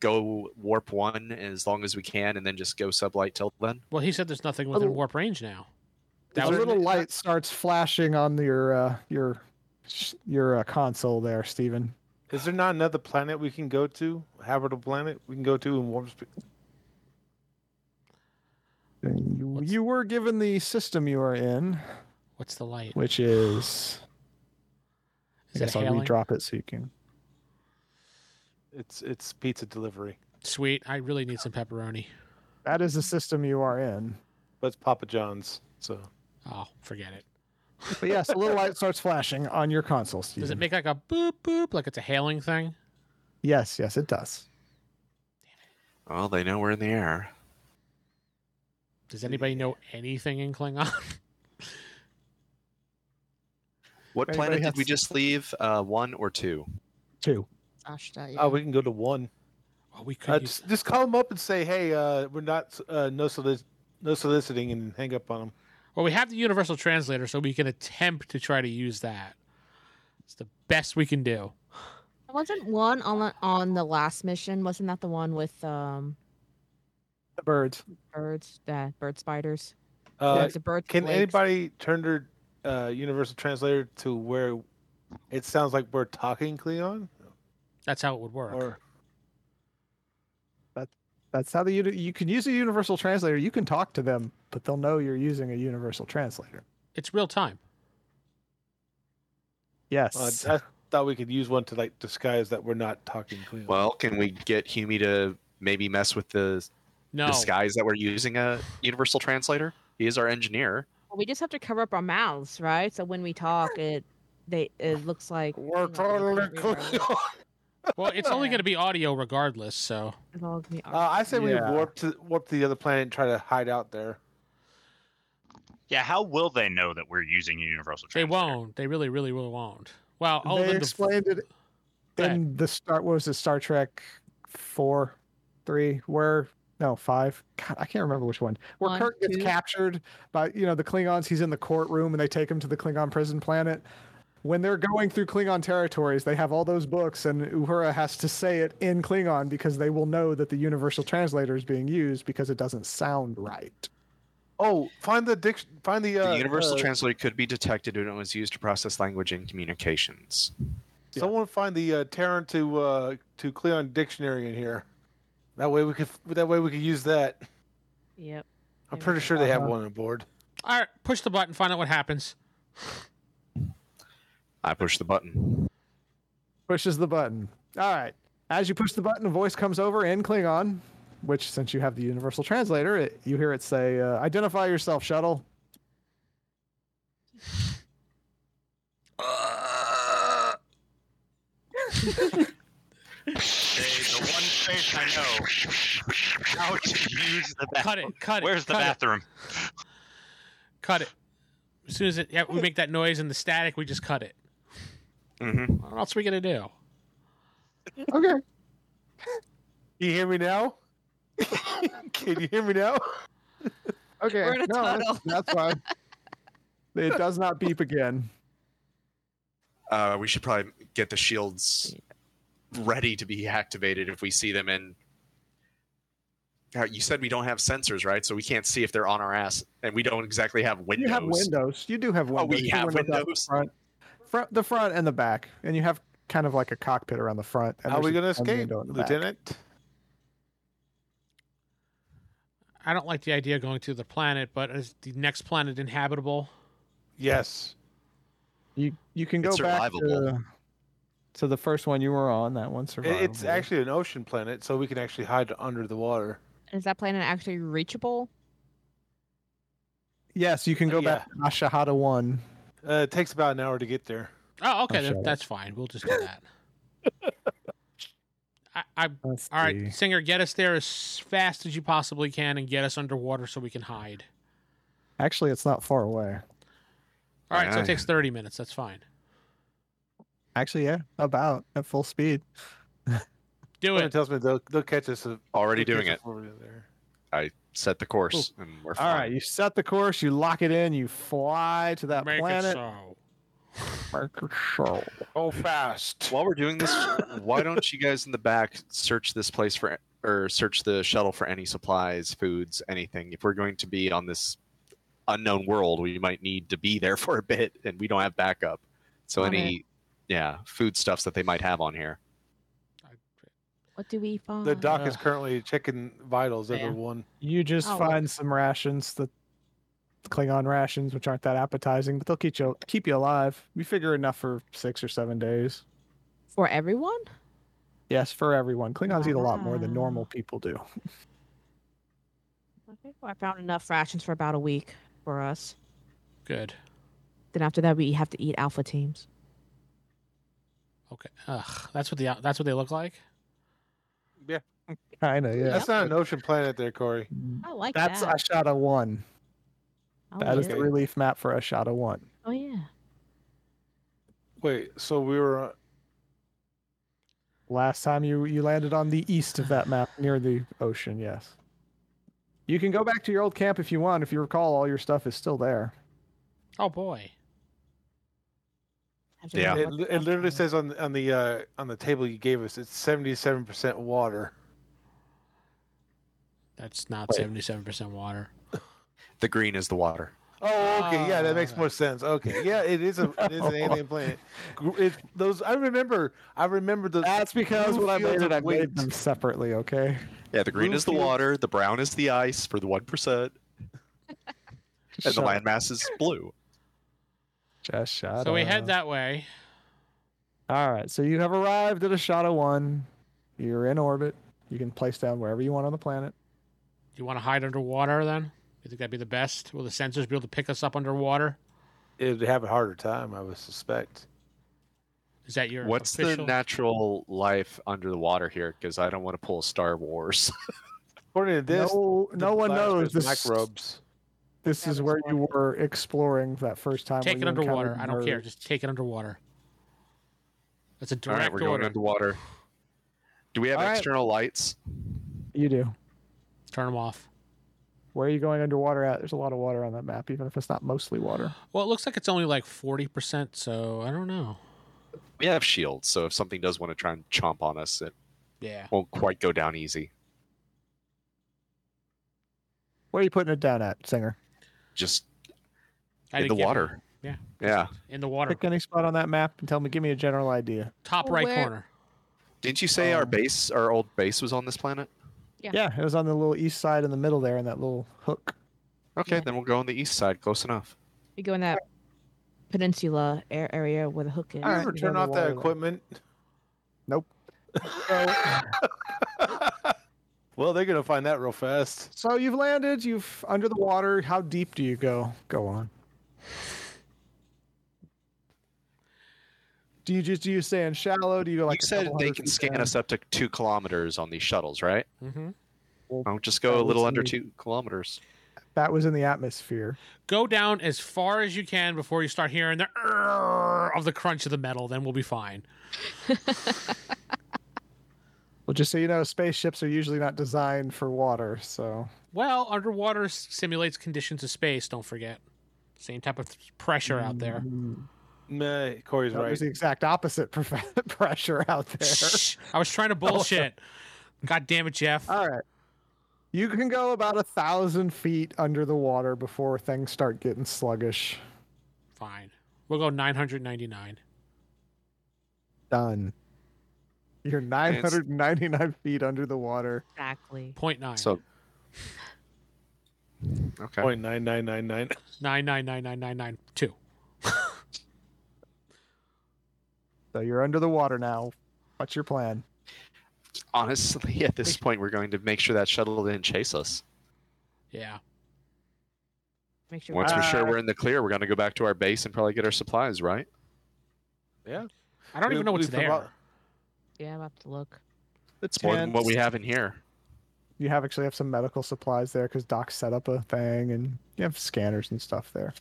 Speaker 4: go warp one as long as we can, and then just go sublight till then.
Speaker 3: Well, he said there's nothing within
Speaker 2: little-
Speaker 3: warp range now.
Speaker 2: that
Speaker 3: That was-
Speaker 2: little light starts flashing on your uh, your your uh, console there, Stephen.
Speaker 5: Is there not another planet we can go to? Habitable planet we can go to in warp speed?
Speaker 2: You,
Speaker 3: What's-
Speaker 2: you were given the system you are in,
Speaker 3: What's the light?
Speaker 2: which is. I
Speaker 3: Is it
Speaker 2: guess I'll
Speaker 3: hailing?
Speaker 2: re-drop it so you can.
Speaker 5: It's it's pizza delivery,
Speaker 3: Sweet. I really need some pepperoni.
Speaker 2: That is the system you are in.
Speaker 5: but it's Papa John's. So
Speaker 3: Oh, forget it.
Speaker 2: But yes, a little light starts flashing on your console, Stephen.
Speaker 3: Does it make like a boop boop, like it's a hailing thing?
Speaker 2: Yes, yes, it does.
Speaker 4: Well, they know we're in the air.
Speaker 3: Does anybody know anything in Klingon?
Speaker 4: What
Speaker 2: Anybody
Speaker 4: planet
Speaker 2: have
Speaker 4: did we
Speaker 2: s-
Speaker 4: just leave? Uh, one or two?
Speaker 2: Two.
Speaker 7: Ashta,
Speaker 5: oh, we can go to one.
Speaker 3: oh, we could.
Speaker 5: Uh,
Speaker 3: use...
Speaker 5: just, just call them up and say, hey, uh, we're not uh, no solic- no soliciting, and hang up on them.
Speaker 3: Well, we have the universal translator, so we can attempt to try to use that. It's the best we can do.
Speaker 7: Wasn't one on the, on the last mission? Wasn't that the one with um
Speaker 2: The birds.
Speaker 7: birds, that bird spiders?
Speaker 5: Uh,
Speaker 7: the bird.
Speaker 5: Can anybody turn their uh, universal translator to where it sounds like we're talking Cleon?
Speaker 3: That's how it would work.
Speaker 5: Or
Speaker 2: That's how the uni- you can use a universal translator. You can talk to them, but they'll know you're using a universal translator.
Speaker 3: It's real time.
Speaker 5: uh,
Speaker 2: Yes.
Speaker 5: I thought we could use one to like disguise that we're not talking Cleon.
Speaker 4: Well, can we get Hume to maybe mess with the
Speaker 3: No,
Speaker 4: disguise that we're using a universal translator? He is our engineer.
Speaker 7: Well, we just have to cover up our mouths, right? So when we talk, it they it looks like you know, we can't read our-
Speaker 3: Well, it's only going to be audio regardless, so
Speaker 7: Involves me.
Speaker 5: Uh, I say
Speaker 2: Yeah.
Speaker 5: we warp to warp to the other planet and try to hide out there.
Speaker 6: Yeah, how will they know that we're using Universal
Speaker 3: they
Speaker 6: Translator?
Speaker 3: won't. They really, really, really won't. Well, other
Speaker 2: they
Speaker 3: than Oh, the,
Speaker 2: explained it
Speaker 3: Go ahead.
Speaker 2: in the Star. What was it? Star Trek four, three, where no five. God, I can't remember which one. Where
Speaker 7: One,
Speaker 2: Kirk gets
Speaker 7: two.
Speaker 2: captured by you know the Klingons. He's in the courtroom and they take him to the Klingon prison planet. When they're going through Klingon territories, they have all those books, and Uhura has to say it in Klingon because they will know that the universal translator is being used because it doesn't sound right.
Speaker 5: Oh, find the dic- find the, uh,
Speaker 4: the universal
Speaker 5: uh,
Speaker 4: translator could be detected when it was used to process language and communications.
Speaker 5: Someone find the uh, Terran to uh, to Cleon dictionary in here. That way we could that way we could use that.
Speaker 7: Yep.
Speaker 5: I'm
Speaker 7: There
Speaker 5: pretty
Speaker 7: we
Speaker 5: sure they
Speaker 2: Uh-huh.
Speaker 5: have one on board.
Speaker 3: all right, push the button, find out what happens.
Speaker 4: I push the button.
Speaker 2: Pushes the button. All right. As you push the button, a voice comes over in Klingon, which, since you have the universal translator, it, you hear it say, uh, "Identify yourself, shuttle."
Speaker 6: They- the one place I know how to use the bathroom.
Speaker 3: Cut it, cut it.
Speaker 6: Where's the
Speaker 3: cut it,
Speaker 6: bathroom?
Speaker 3: cut it. As soon as it, yeah, we make that noise and the static, we just cut it.
Speaker 4: Mm-hmm.
Speaker 3: What else are we gonna do?
Speaker 2: Okay.
Speaker 5: You hear me now? Can you hear me now?
Speaker 2: Okay.
Speaker 7: We're in a
Speaker 2: no,
Speaker 7: tunnel.
Speaker 2: That's, that's fine. It does not beep again.
Speaker 4: Uh, we should probably get the shields ready to be activated if we see them. And you said we don't have sensors, right? So we can't see if they're on our ass, and we don't exactly have windows.
Speaker 2: You have windows. You do have
Speaker 5: Oh,
Speaker 2: windows.
Speaker 4: we
Speaker 2: You do
Speaker 4: have
Speaker 2: out
Speaker 4: windows?
Speaker 2: The front, front, the front and the back, and you have kind of like a cockpit around the front. And
Speaker 5: How are
Speaker 2: there's
Speaker 5: we
Speaker 2: a-
Speaker 5: gonna
Speaker 2: one
Speaker 5: escape,
Speaker 2: window in the back.
Speaker 5: Lieutenant?
Speaker 3: I don't like the idea of going through the planet, but is the next planet inhabitable?
Speaker 5: Yes.
Speaker 2: You you can go
Speaker 4: It's
Speaker 2: back to,
Speaker 4: survivable.
Speaker 2: to the first one you were on. That one
Speaker 5: It- It's
Speaker 2: survivable.
Speaker 5: actually an ocean planet, so we can actually hide under the water.
Speaker 7: go. Is that planet actually reachable?
Speaker 2: yes. You can go back to Ashahada one.
Speaker 5: Uh, it takes about an hour to get there.
Speaker 3: Oh, okay,
Speaker 2: shut
Speaker 3: then,
Speaker 2: up.
Speaker 3: that's fine. We'll just do that. I, I
Speaker 2: Let's
Speaker 3: all
Speaker 2: see.
Speaker 3: right, singer, get us there as fast as you possibly can, and get us underwater so we can hide.
Speaker 2: Actually, it's not far away.
Speaker 3: All right, so
Speaker 4: Yeah.
Speaker 3: it takes thirty minutes. That's fine.
Speaker 2: Actually, yeah, about at full speed.
Speaker 3: Do
Speaker 5: Someone
Speaker 3: it.
Speaker 5: tells me they'll, they'll catch us. uh,
Speaker 4: Already
Speaker 5: they'll catch
Speaker 4: doing
Speaker 5: us
Speaker 4: it.
Speaker 5: before we get there.
Speaker 4: I set the course, and we're fine.
Speaker 2: All right, you set the course, you lock it in, you fly to that
Speaker 3: Make it
Speaker 2: planet.
Speaker 3: so.
Speaker 2: Marker show.
Speaker 5: Go fast.
Speaker 4: While we're doing this, why don't you guys in the back search this place for or search the shuttle for any supplies, foods, anything? If we're going to be on this unknown world, we might need to be there for a bit, and we don't have backup. So
Speaker 7: Got
Speaker 4: any, yeah, food stuffs that they might have on here.
Speaker 7: What do we find?
Speaker 5: The doc is
Speaker 2: Uh.
Speaker 3: Ugh.
Speaker 5: currently checking vitals,
Speaker 3: Yeah.
Speaker 5: everyone.
Speaker 2: You just
Speaker 7: Oh, well.
Speaker 2: find some rations that Klingon rations, which aren't that appetizing, but they'll keep you keep you alive. We figure enough for six or seven days.
Speaker 7: For everyone?
Speaker 2: Yes, for everyone. Klingons eat a lot more than
Speaker 7: Wow.
Speaker 2: normal people do.
Speaker 7: Okay, well, I found enough rations for about a week for us.
Speaker 3: Good.
Speaker 7: Then after that, we have to eat alpha teams.
Speaker 3: Okay. Ugh, that's what the that's what they look like.
Speaker 2: Kinda, yeah.
Speaker 5: That's not an ocean planet, there, Corey.
Speaker 7: I like
Speaker 2: That's
Speaker 7: that.
Speaker 2: Ashada one.
Speaker 7: oh,
Speaker 2: That is
Speaker 7: yeah.
Speaker 2: the relief map for Ashada one.
Speaker 7: oh yeah.
Speaker 5: Wait, so we were uh,
Speaker 2: Last time you you landed on the east of that map near the ocean, yes. You can go back to your old camp if you want. If you recall, all your stuff is still there.
Speaker 3: Oh boy.
Speaker 7: I have to
Speaker 4: Yeah.
Speaker 7: remember
Speaker 5: It,
Speaker 7: what
Speaker 5: li-
Speaker 7: the
Speaker 5: it literally
Speaker 7: alpha
Speaker 5: says on the- on the uh, on the table you gave us, it's seventy seven percent water.
Speaker 3: That's not
Speaker 4: Wait.
Speaker 3: seventy seven percent water.
Speaker 4: The green is the water.
Speaker 5: Oh, okay, yeah, that makes
Speaker 3: Ah.
Speaker 5: more sense. Okay, yeah, it is a it
Speaker 2: Oh.
Speaker 5: is an alien planet. Gr- It, those I remember, I remember those.
Speaker 2: That's because
Speaker 5: blue
Speaker 2: when I made
Speaker 5: fields
Speaker 2: it,
Speaker 5: of
Speaker 2: I made
Speaker 5: wheat.
Speaker 2: them separately. Okay.
Speaker 4: Yeah, the green
Speaker 5: Blue
Speaker 4: is the
Speaker 5: field-
Speaker 4: water. The brown is the ice for the one percent, and
Speaker 2: Shut
Speaker 4: the
Speaker 2: up,
Speaker 4: landmass is blue.
Speaker 2: Just shut
Speaker 3: So we head
Speaker 2: up.
Speaker 3: that way.
Speaker 2: All right. So you have arrived at Ashada one. You're in orbit. You can place down wherever you want on the planet.
Speaker 3: Do you want to hide underwater then? You think that'd be the best? Will the sensors be able to pick us up underwater?
Speaker 5: It'd have a harder time, I would suspect.
Speaker 3: Is that your
Speaker 4: What's the
Speaker 3: official?
Speaker 4: natural life under the water here? Because I don't want to pull Star Wars.
Speaker 5: According to this,
Speaker 2: no,
Speaker 5: the
Speaker 2: no one
Speaker 5: virus
Speaker 2: knows
Speaker 5: was
Speaker 2: this.
Speaker 5: microbes.
Speaker 2: This is where you were exploring that first time.
Speaker 3: take it
Speaker 2: where you
Speaker 3: underwater. I
Speaker 2: encountered
Speaker 3: don't care.
Speaker 2: birds.
Speaker 3: Just take it underwater. That's a
Speaker 4: All
Speaker 3: direct
Speaker 4: right, we're
Speaker 3: order.
Speaker 4: going underwater. Do we have
Speaker 2: All right.
Speaker 4: external lights?
Speaker 2: You do.
Speaker 3: Turn them off.
Speaker 2: Where are you going underwater at? There's a lot of water on that map, even if it's not mostly water.
Speaker 3: Well, it looks like it's only like forty percent. So I don't know.
Speaker 4: We have shields, so if something does want to try and chomp on us, it
Speaker 3: Yeah.
Speaker 4: won't quite go down easy.
Speaker 2: Where are you putting it down at, Singer?
Speaker 4: Just
Speaker 3: I
Speaker 4: in
Speaker 3: didn't
Speaker 4: the
Speaker 3: get
Speaker 4: water.
Speaker 3: Yeah.
Speaker 4: Yeah.
Speaker 3: it. In the water.
Speaker 2: Pick any spot on that map and tell me. Give me a general idea.
Speaker 3: Top right
Speaker 7: Where-
Speaker 3: corner.
Speaker 4: Didn't you say our
Speaker 2: Um,
Speaker 4: base, our old base, was on this planet?
Speaker 2: Yeah. it was on the little east side in the middle there, in that little hook.
Speaker 4: Okay,
Speaker 7: Yeah.
Speaker 4: then we'll go on the east side. Close enough.
Speaker 7: You go in that peninsula air area where the hook is.
Speaker 5: You
Speaker 2: All right,
Speaker 5: ever
Speaker 2: you
Speaker 5: turn
Speaker 2: know
Speaker 5: off
Speaker 2: the
Speaker 5: that
Speaker 2: water there.
Speaker 5: equipment?
Speaker 2: Nope.
Speaker 5: Well, they're gonna find that real fast.
Speaker 2: So you've landed. You've under the water. How deep do you go? Go on. Do you just do you stay in shallow? Do you go like
Speaker 4: you
Speaker 2: a
Speaker 4: said
Speaker 2: couple
Speaker 4: they
Speaker 2: hundred
Speaker 4: can
Speaker 2: feet
Speaker 4: scan
Speaker 2: down?
Speaker 4: us up to two kilometers on these shuttles, right?
Speaker 3: hmm
Speaker 4: I'll just
Speaker 2: that
Speaker 4: go a
Speaker 2: was
Speaker 4: little under
Speaker 2: the-
Speaker 4: two kilometers.
Speaker 2: That was in the atmosphere.
Speaker 3: Go down as far as you can before you start hearing the "Arrgh" of the crunch of the metal. Then we'll be fine.
Speaker 2: Well, just so you know, spaceships are usually not designed for water. So
Speaker 3: Well, underwater s- simulates conditions of space. Don't forget. Same type of th- pressure out there.
Speaker 2: Mm.
Speaker 5: Nah, Corey's
Speaker 2: No,
Speaker 5: right.
Speaker 2: there's the exact opposite prof- pressure out there.
Speaker 3: Shh. I was trying to
Speaker 2: Oh,
Speaker 3: bullshit. God damn it, Jeff.
Speaker 2: All right. You can go about a thousand feet under the water before things start getting sluggish.
Speaker 3: Fine. We'll go 999.
Speaker 2: Done. You're 999 feet under the water.
Speaker 7: Exactly.
Speaker 3: Point nine.
Speaker 4: So, okay.
Speaker 5: Point nine nine nine nine.
Speaker 3: nine nine nine nine nine nine two.
Speaker 2: So you're under the water now. What's your plan?
Speaker 4: Honestly, at this point, we're going to make sure that shuttle didn't chase us.
Speaker 3: Yeah.
Speaker 7: Make sure.
Speaker 4: Once we're
Speaker 2: Uh,
Speaker 4: sure we're in the clear, we're going to go back to our base and probably get our supplies, right?
Speaker 3: I don't
Speaker 5: We-
Speaker 3: even know what's
Speaker 5: we
Speaker 3: there.
Speaker 5: provi-
Speaker 7: Yeah, I'm about to look.
Speaker 2: It's
Speaker 4: More than what we have in here.
Speaker 2: You have actually have some medical supplies there because Doc set up a thing, and you have scanners and stuff there.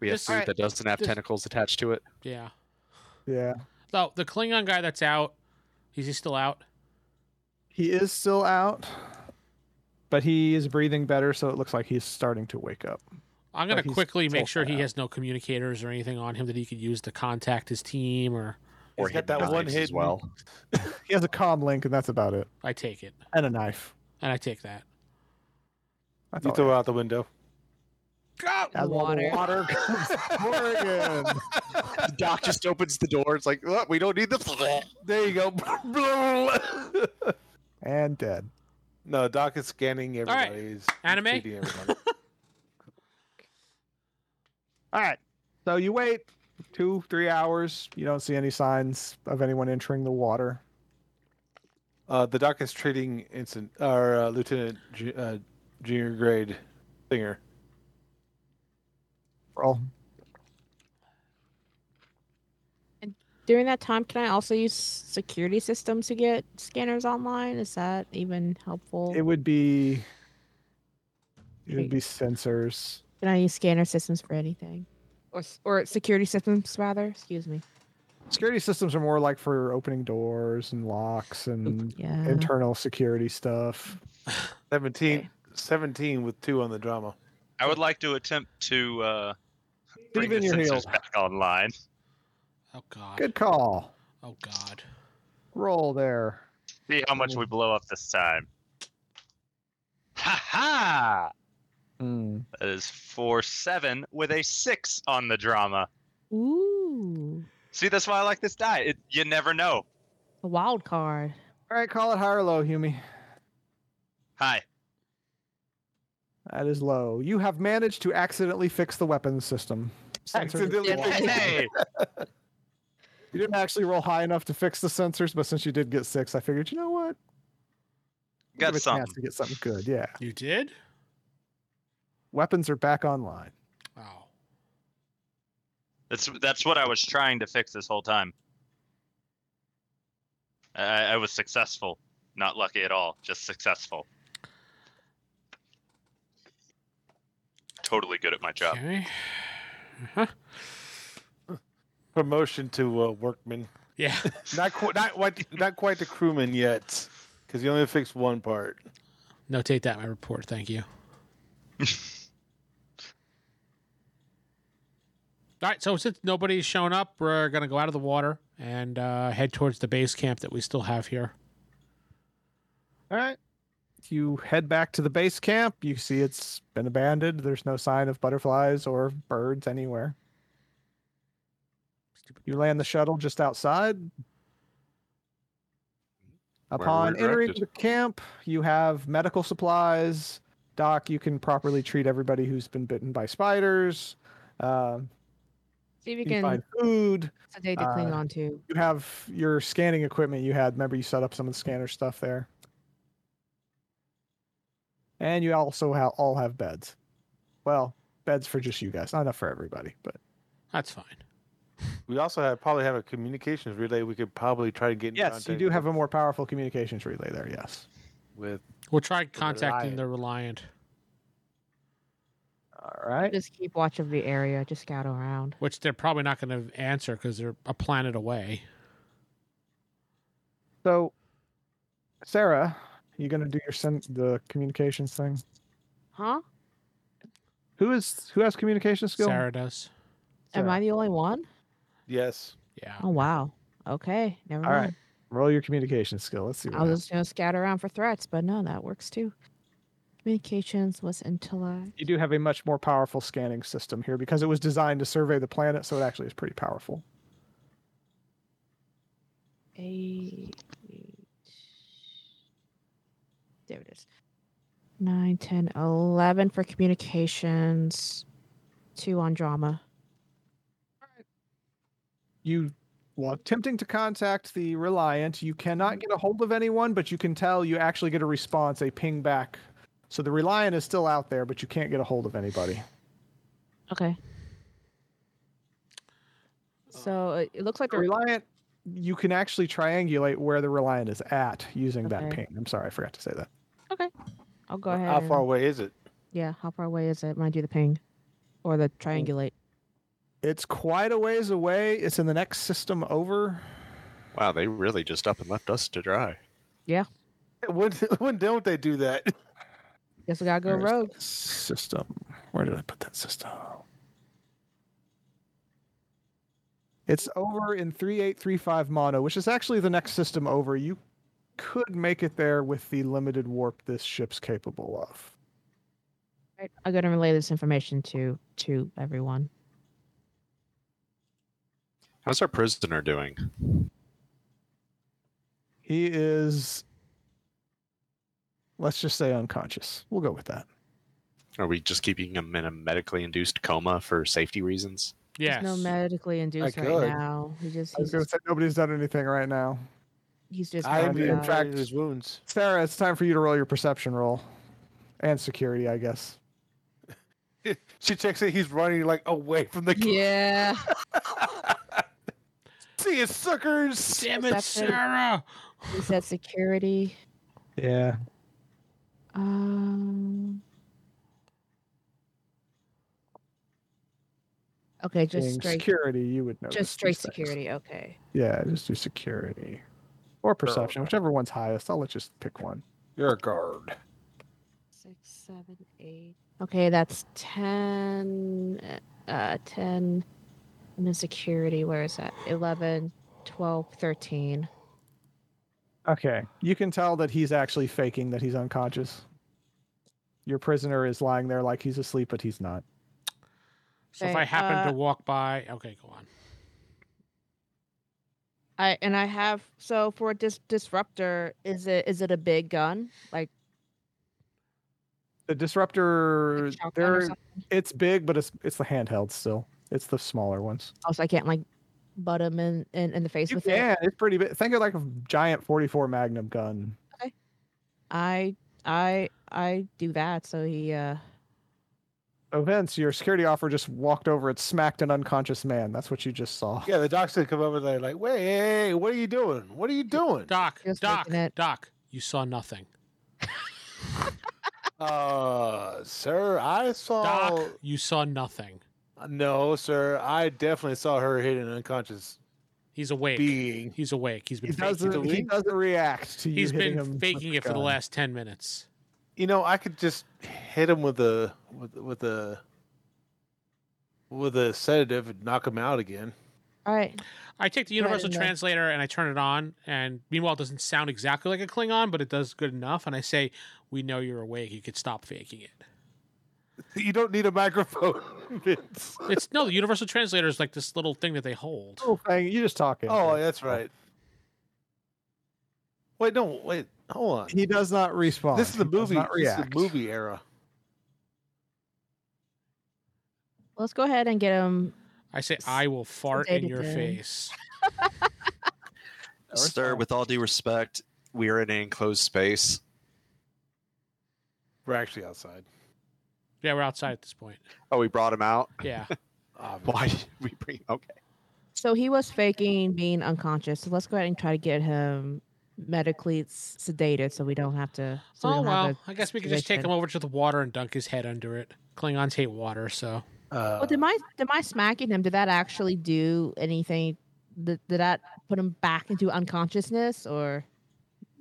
Speaker 4: We have
Speaker 3: This-
Speaker 4: food
Speaker 3: Alright,
Speaker 4: that doesn't have
Speaker 3: this-
Speaker 4: tentacles attached to it.
Speaker 3: Yeah.
Speaker 2: Yeah.
Speaker 3: So the Klingon guy that's out, is he still out?
Speaker 2: He is still out, but he is breathing better, so it looks like he's starting to wake up.
Speaker 3: I'm gonna
Speaker 2: But Oh, he's
Speaker 3: quickly make
Speaker 2: also
Speaker 3: sure he
Speaker 2: out.
Speaker 3: has no communicators or anything on him that he could use to contact his team. Or
Speaker 5: He's
Speaker 4: Or
Speaker 5: got
Speaker 4: hidden
Speaker 5: that one
Speaker 4: knives as
Speaker 5: hidden-
Speaker 4: well.
Speaker 2: He has a comm link, and that's about it.
Speaker 3: I take it,
Speaker 2: And a knife.
Speaker 3: and I take that.
Speaker 2: That's
Speaker 5: You
Speaker 2: all
Speaker 5: throw it out the window.
Speaker 2: As all the
Speaker 7: Water.
Speaker 2: water comes pouring in.
Speaker 4: the doc just opens the door. It's like, "Look, we don't need the.
Speaker 5: There you go.
Speaker 2: And dead.
Speaker 5: no, Doc is scanning
Speaker 3: right.
Speaker 5: everybody's
Speaker 3: Anime?
Speaker 5: feeding everybody.
Speaker 2: All right. So you wait two, three hours. You don't see any signs of anyone entering the water.
Speaker 5: Uh, the doc is treating instant or uh, lieutenant ju- uh, junior grade singer.
Speaker 2: Well,
Speaker 7: During that time, can I also use security systems to get scanners online? Is that even helpful?
Speaker 2: it would be. It would be sensors.
Speaker 7: Can I use scanner systems for anything? Or, s- or security systems, rather? Excuse me.
Speaker 2: Security systems are more like for opening doors and locks and
Speaker 7: Yeah.
Speaker 2: internal security stuff.
Speaker 5: 17,
Speaker 7: Okay.
Speaker 5: 17 with two on the drama.
Speaker 6: I would like to attempt to uh, bring
Speaker 2: Leave in
Speaker 6: the
Speaker 2: your heel.
Speaker 6: sensors back online.
Speaker 3: Oh god.
Speaker 2: Good call.
Speaker 3: Oh god.
Speaker 2: Roll there.
Speaker 6: See how much we blow up this time. Ha ha!
Speaker 2: Hmm.
Speaker 6: That is four seven with a six on the drama.
Speaker 7: Ooh.
Speaker 6: See, that's why I like this die. It, you never know.
Speaker 7: A wild card.
Speaker 2: All right, call it high or low, Humie.
Speaker 6: Hi.
Speaker 2: That is low. You have managed to accidentally fix the weapons system. Sensors-
Speaker 5: Accidentally
Speaker 7: Yeah.
Speaker 6: Hey.
Speaker 2: You didn't actually roll high enough to fix the sensors, but since you did get six, I figured, you know what?
Speaker 6: Got
Speaker 2: Give a chance
Speaker 6: something.
Speaker 2: to get something good. Yeah.
Speaker 3: You did?
Speaker 2: Weapons are back online.
Speaker 3: Oh.
Speaker 6: That's that's what I was trying to fix this whole time. I, I was successful. Not lucky at all, just successful. Totally good at my job.
Speaker 3: Okay. Uh-huh.
Speaker 5: Promotion to uh, workman.
Speaker 3: Yeah.
Speaker 5: Not quite. Not quite. Not quite the crewman yet, because you only fixed one part.
Speaker 3: Notate that in my report. Thank you. All right, so since nobody's shown up, we're gonna go out of the water and uh, head towards the base camp that we still have here.
Speaker 2: All right. You head back to the base camp. You see it's been abandoned. There's no sign of butterflies or birds anywhere. You land the shuttle just outside. Upon
Speaker 4: we're
Speaker 2: entering the
Speaker 4: directed.
Speaker 2: camp, you have medical supplies. Doc, you can properly treat everybody who's been bitten by spiders. Uh,
Speaker 7: See if you
Speaker 2: you
Speaker 7: can
Speaker 2: find food.
Speaker 7: sedate the
Speaker 2: uh,
Speaker 7: Klingon too.
Speaker 2: You have your scanning equipment you had. Remember, you set up some of the scanner stuff there. And you also ha- all have beds. Well, beds for just you guys, not enough for everybody, but
Speaker 3: That's fine.
Speaker 5: We also have probably have a communications relay. We could probably try to get. in
Speaker 2: yes, you
Speaker 5: contact
Speaker 2: do have a more powerful communications relay there. Yes.
Speaker 5: with.
Speaker 3: We'll try contacting
Speaker 5: Reliant.
Speaker 3: the Reliant.
Speaker 2: All right.
Speaker 7: Just keep watch of the area. Just scout around.
Speaker 3: which they're probably not going to answer because they're a planet away.
Speaker 2: So, Sarah, you gonna do your sen- the communications thing?
Speaker 7: Huh?
Speaker 2: Who is who has communication skill?
Speaker 3: Sarah does.
Speaker 7: Am
Speaker 2: Sarah.
Speaker 7: I the only one?
Speaker 5: Yes.
Speaker 3: Yeah.
Speaker 7: Oh wow. Okay. Never
Speaker 2: All right.
Speaker 7: mind.
Speaker 2: Roll your communication skill. Let's see. What
Speaker 7: I was
Speaker 2: happens.
Speaker 7: just gonna scout around for threats, but no, that works too. Communications was intellect.
Speaker 2: You do have a much more powerful scanning system here because it was designed to survey the planet, so it actually is pretty powerful.
Speaker 7: Eight. There it is. Nine, ten, eleven for communications. Two on drama.
Speaker 2: you while attempting to contact the Reliant, you cannot get a hold of anyone, but you can tell you actually get a response, a ping back. So the Reliant is still out there, but you can't get a hold of anybody.
Speaker 7: Okay. So it- it looks like
Speaker 2: The
Speaker 7: the
Speaker 2: Reliant, you can actually triangulate where the Reliant is at using that
Speaker 7: Okay.
Speaker 2: ping. I'm sorry, I forgot to say that.
Speaker 7: I'll go ahead.
Speaker 5: How
Speaker 7: and-
Speaker 5: far away is it?
Speaker 7: Yeah, how far away is it? Mind do the ping, or the triangulate.
Speaker 2: It's quite a ways away. It's in the next system over.
Speaker 4: Wow, they really just up and left us to dry.
Speaker 5: When when don't they do that?
Speaker 7: Guess we gotta go
Speaker 2: Where is
Speaker 7: rogue.
Speaker 2: that System. Where did I put that system? It's over in 3835 mono, which is actually the next system over. You could make it there with the limited warp this ship's capable of.
Speaker 7: Right. I'm gonna relay this information to to everyone.
Speaker 4: How's our prisoner doing?
Speaker 2: He is, let's just say, unconscious. We'll go with that.
Speaker 4: Are we just keeping him in a medically induced coma for safety reasons?
Speaker 3: Yes.
Speaker 7: There's no medically induced right
Speaker 5: could.
Speaker 7: now. He just
Speaker 2: I was
Speaker 7: he's
Speaker 2: going to
Speaker 7: just,
Speaker 2: say nobody's done anything right now.
Speaker 7: he's just
Speaker 5: I am
Speaker 7: kind of,
Speaker 5: in
Speaker 7: uh,
Speaker 5: fact his wounds.
Speaker 2: Sarah, it's time for you to roll your perception roll and security, I guess.
Speaker 5: She checks it. He's running like away from the.
Speaker 7: Yeah.
Speaker 5: See you, suckers.
Speaker 3: Damn it,
Speaker 7: That's it.
Speaker 3: Sarah!
Speaker 7: He said security.
Speaker 2: Yeah.
Speaker 7: Um. Okay, just
Speaker 2: being
Speaker 7: straight,
Speaker 2: security, you would know.
Speaker 7: just straight security. Okay.
Speaker 2: Yeah, just do security or perception, whichever one's highest. I'll let just pick one.
Speaker 5: You're a guard.
Speaker 7: Six, seven, eight. Okay, that's ten. Uh, ten. And then security. Where is that? Eleven, twelve, thirteen.
Speaker 2: Okay, you can tell that he's actually faking that he's unconscious. Your prisoner is lying there like he's asleep, but he's not.
Speaker 3: So if I
Speaker 7: Okay,
Speaker 3: happen
Speaker 7: uh,
Speaker 3: to walk by, okay, go on.
Speaker 7: I and I have so for a dis- disruptor. Is it is it a big gun like
Speaker 2: The
Speaker 7: like
Speaker 2: disruptor,
Speaker 7: shotgun or
Speaker 2: there,
Speaker 7: something?
Speaker 2: it's big, but it's it's the handheld still. It's the smaller ones.
Speaker 7: Oh, so I can't like butt him in in, in the face
Speaker 2: You
Speaker 7: with it.
Speaker 2: can. It's pretty big. Think of like a giant 44 Magnum gun.
Speaker 7: I I I do that. So he uh
Speaker 2: events, your security officer just walked over and smacked an unconscious man. That's what you just saw.
Speaker 5: Yeah, the doc's gonna come over there like, wait, hey, what are you doing? What are you doing?
Speaker 3: Doc,
Speaker 7: Just
Speaker 3: Doc,
Speaker 7: making it.
Speaker 3: Doc, you saw nothing.
Speaker 5: Uh, sir, I
Speaker 7: Oh.
Speaker 5: saw.
Speaker 3: Doc, you saw nothing.
Speaker 5: No, sir, I definitely saw her hit an unconscious
Speaker 3: He's awake.
Speaker 5: being.
Speaker 3: He's awake. He's been
Speaker 2: He
Speaker 3: faking
Speaker 2: doesn't. He
Speaker 3: it.
Speaker 2: doesn't react to you.
Speaker 3: He's
Speaker 2: hitting
Speaker 3: been
Speaker 2: him
Speaker 3: faking it for the
Speaker 2: gun.
Speaker 3: last 10 minutes.
Speaker 5: You know, I could just hit him with a with with a with a sedative and knock him out again.
Speaker 7: All right.
Speaker 3: I take the
Speaker 7: Go ahead
Speaker 3: universal
Speaker 7: and, uh,
Speaker 3: translator and I turn it on, and meanwhile, it doesn't sound exactly like a Klingon, but it does good enough. And I say, "We know you're awake. You could stop faking it."
Speaker 5: You don't need a microphone. Vince.
Speaker 3: It's no, the universal translator is like this little thing that they hold.
Speaker 2: Oh, thing. You just talking.
Speaker 5: Oh, that's right. Wait, no, wait, hold on.
Speaker 2: He does not respond.
Speaker 5: This is the
Speaker 2: He does
Speaker 5: movie.
Speaker 2: not
Speaker 5: This is the
Speaker 2: react.
Speaker 5: movie era.
Speaker 7: Let's go ahead and get him.
Speaker 3: I say, "I will fart in
Speaker 7: dated
Speaker 3: your
Speaker 7: then.
Speaker 3: face."
Speaker 4: Sir, with all due respect, we are in an enclosed space.
Speaker 5: We're actually outside.
Speaker 3: Yeah, we're outside at this point.
Speaker 4: Oh, we brought him out.
Speaker 3: Yeah,
Speaker 5: Obviously.
Speaker 4: Why did we bring? Okay,
Speaker 7: So he was faking being unconscious. So let's go ahead and try to get him medically s- sedated so we don't have to. So we
Speaker 3: oh
Speaker 7: don't have
Speaker 3: well,
Speaker 7: a
Speaker 3: I guess we could just take
Speaker 7: situation.
Speaker 3: him over to the water and dunk his head under it. Klingons hate water, so
Speaker 5: Uh,
Speaker 7: Well, did my did my smacking him? Did that actually do anything? Did, did that put him back into unconsciousness or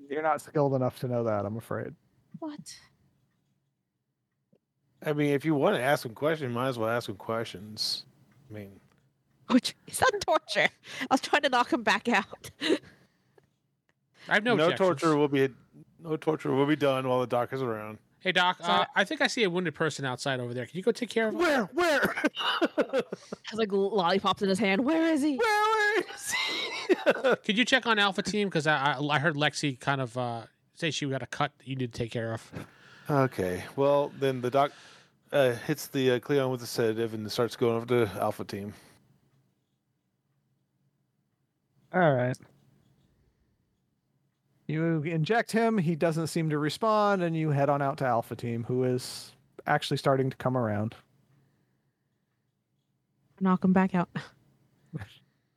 Speaker 2: You're not skilled enough to know that. I'm afraid.
Speaker 7: what?
Speaker 5: I mean, if you want to ask him questions, you might as well ask him questions. I mean,
Speaker 7: Which is not torture. I was trying to knock him back out.
Speaker 3: I have no. objections.
Speaker 5: torture will be no torture will be done while the doc is around.
Speaker 3: Hey Doc,
Speaker 7: So-
Speaker 3: uh, I think I see a wounded person outside over there. Can you go take care of him?
Speaker 5: Where? Where?
Speaker 7: Has like lollipops in his hand. Where is he?
Speaker 5: Where is he?
Speaker 3: Could you check on Alpha Team? Because I, I I heard Lexi kind of uh, say she got a cut that you need to take care of.
Speaker 5: okay. Well, then the doc uh, hits the uh, Cleon with the sedative and starts going over to Alpha Team.
Speaker 2: All right. You inject him. He doesn't seem to respond, and you head on out to Alpha Team, who is actually starting to come around.
Speaker 7: Knock him back out.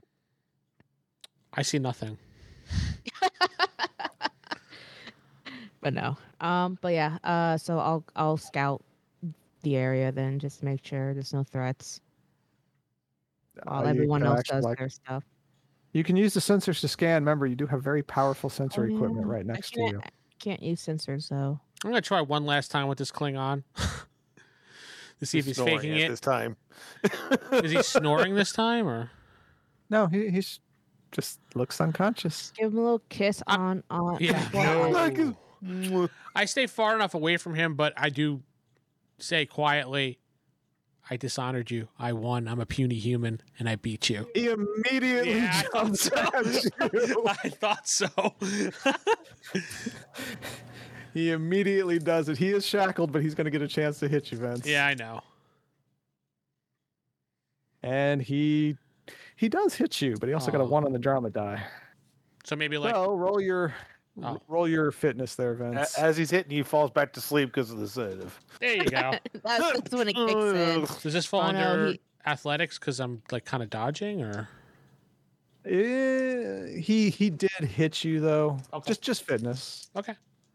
Speaker 3: I see nothing.
Speaker 7: but no. Um, but yeah. Uh, so I'll I'll scout the area then, just to make sure there's no threats
Speaker 2: Uh,
Speaker 7: while
Speaker 2: you
Speaker 7: everyone
Speaker 2: can
Speaker 7: else
Speaker 2: actually,
Speaker 7: does
Speaker 2: like-
Speaker 7: their stuff.
Speaker 2: You can use the sensors to scan. Remember, you do have very powerful sensor
Speaker 7: yeah.
Speaker 2: equipment right
Speaker 7: I
Speaker 2: next to
Speaker 7: can't-
Speaker 2: you.
Speaker 7: Oh, I Can't use sensors though.
Speaker 3: I'm gonna try one last time with this Klingon to see if he's
Speaker 5: snoring
Speaker 3: faking
Speaker 5: at
Speaker 3: it.
Speaker 5: this time.
Speaker 3: Is he snoring this time or?
Speaker 2: No, he he's just looks unconscious.
Speaker 7: Give him a little kiss on on.
Speaker 3: Yeah.
Speaker 7: on-
Speaker 5: Like his-
Speaker 3: I stay far enough away from him, but I do say quietly, "I dishonored you. I won. I'm a puny human, and I beat you."
Speaker 2: He immediately
Speaker 3: Yeah, I thought
Speaker 2: jumps
Speaker 3: so.
Speaker 2: at you.
Speaker 3: I thought so.
Speaker 2: He immediately does it. He is shackled, but he's going to get a chance to hit you, Vince.
Speaker 3: yeah, I know.
Speaker 2: and he he does hit you, but he also got a
Speaker 3: Oh.
Speaker 2: one on the drama die.
Speaker 3: So maybe like
Speaker 2: so roll your
Speaker 3: Oh.
Speaker 2: roll your fitness there,
Speaker 5: A-
Speaker 2: Vince.
Speaker 5: As he's hitting, he falls back to sleep because of the sedative.
Speaker 3: there you go.
Speaker 7: that's, that's when it kicks in.
Speaker 3: Does this fall
Speaker 7: Oh, no,
Speaker 3: under
Speaker 7: he-
Speaker 3: athletics because I'm like kind of dodging or?
Speaker 2: Eh, he he did hit you though.
Speaker 3: Okay.
Speaker 2: Just just fitness.
Speaker 3: Okay.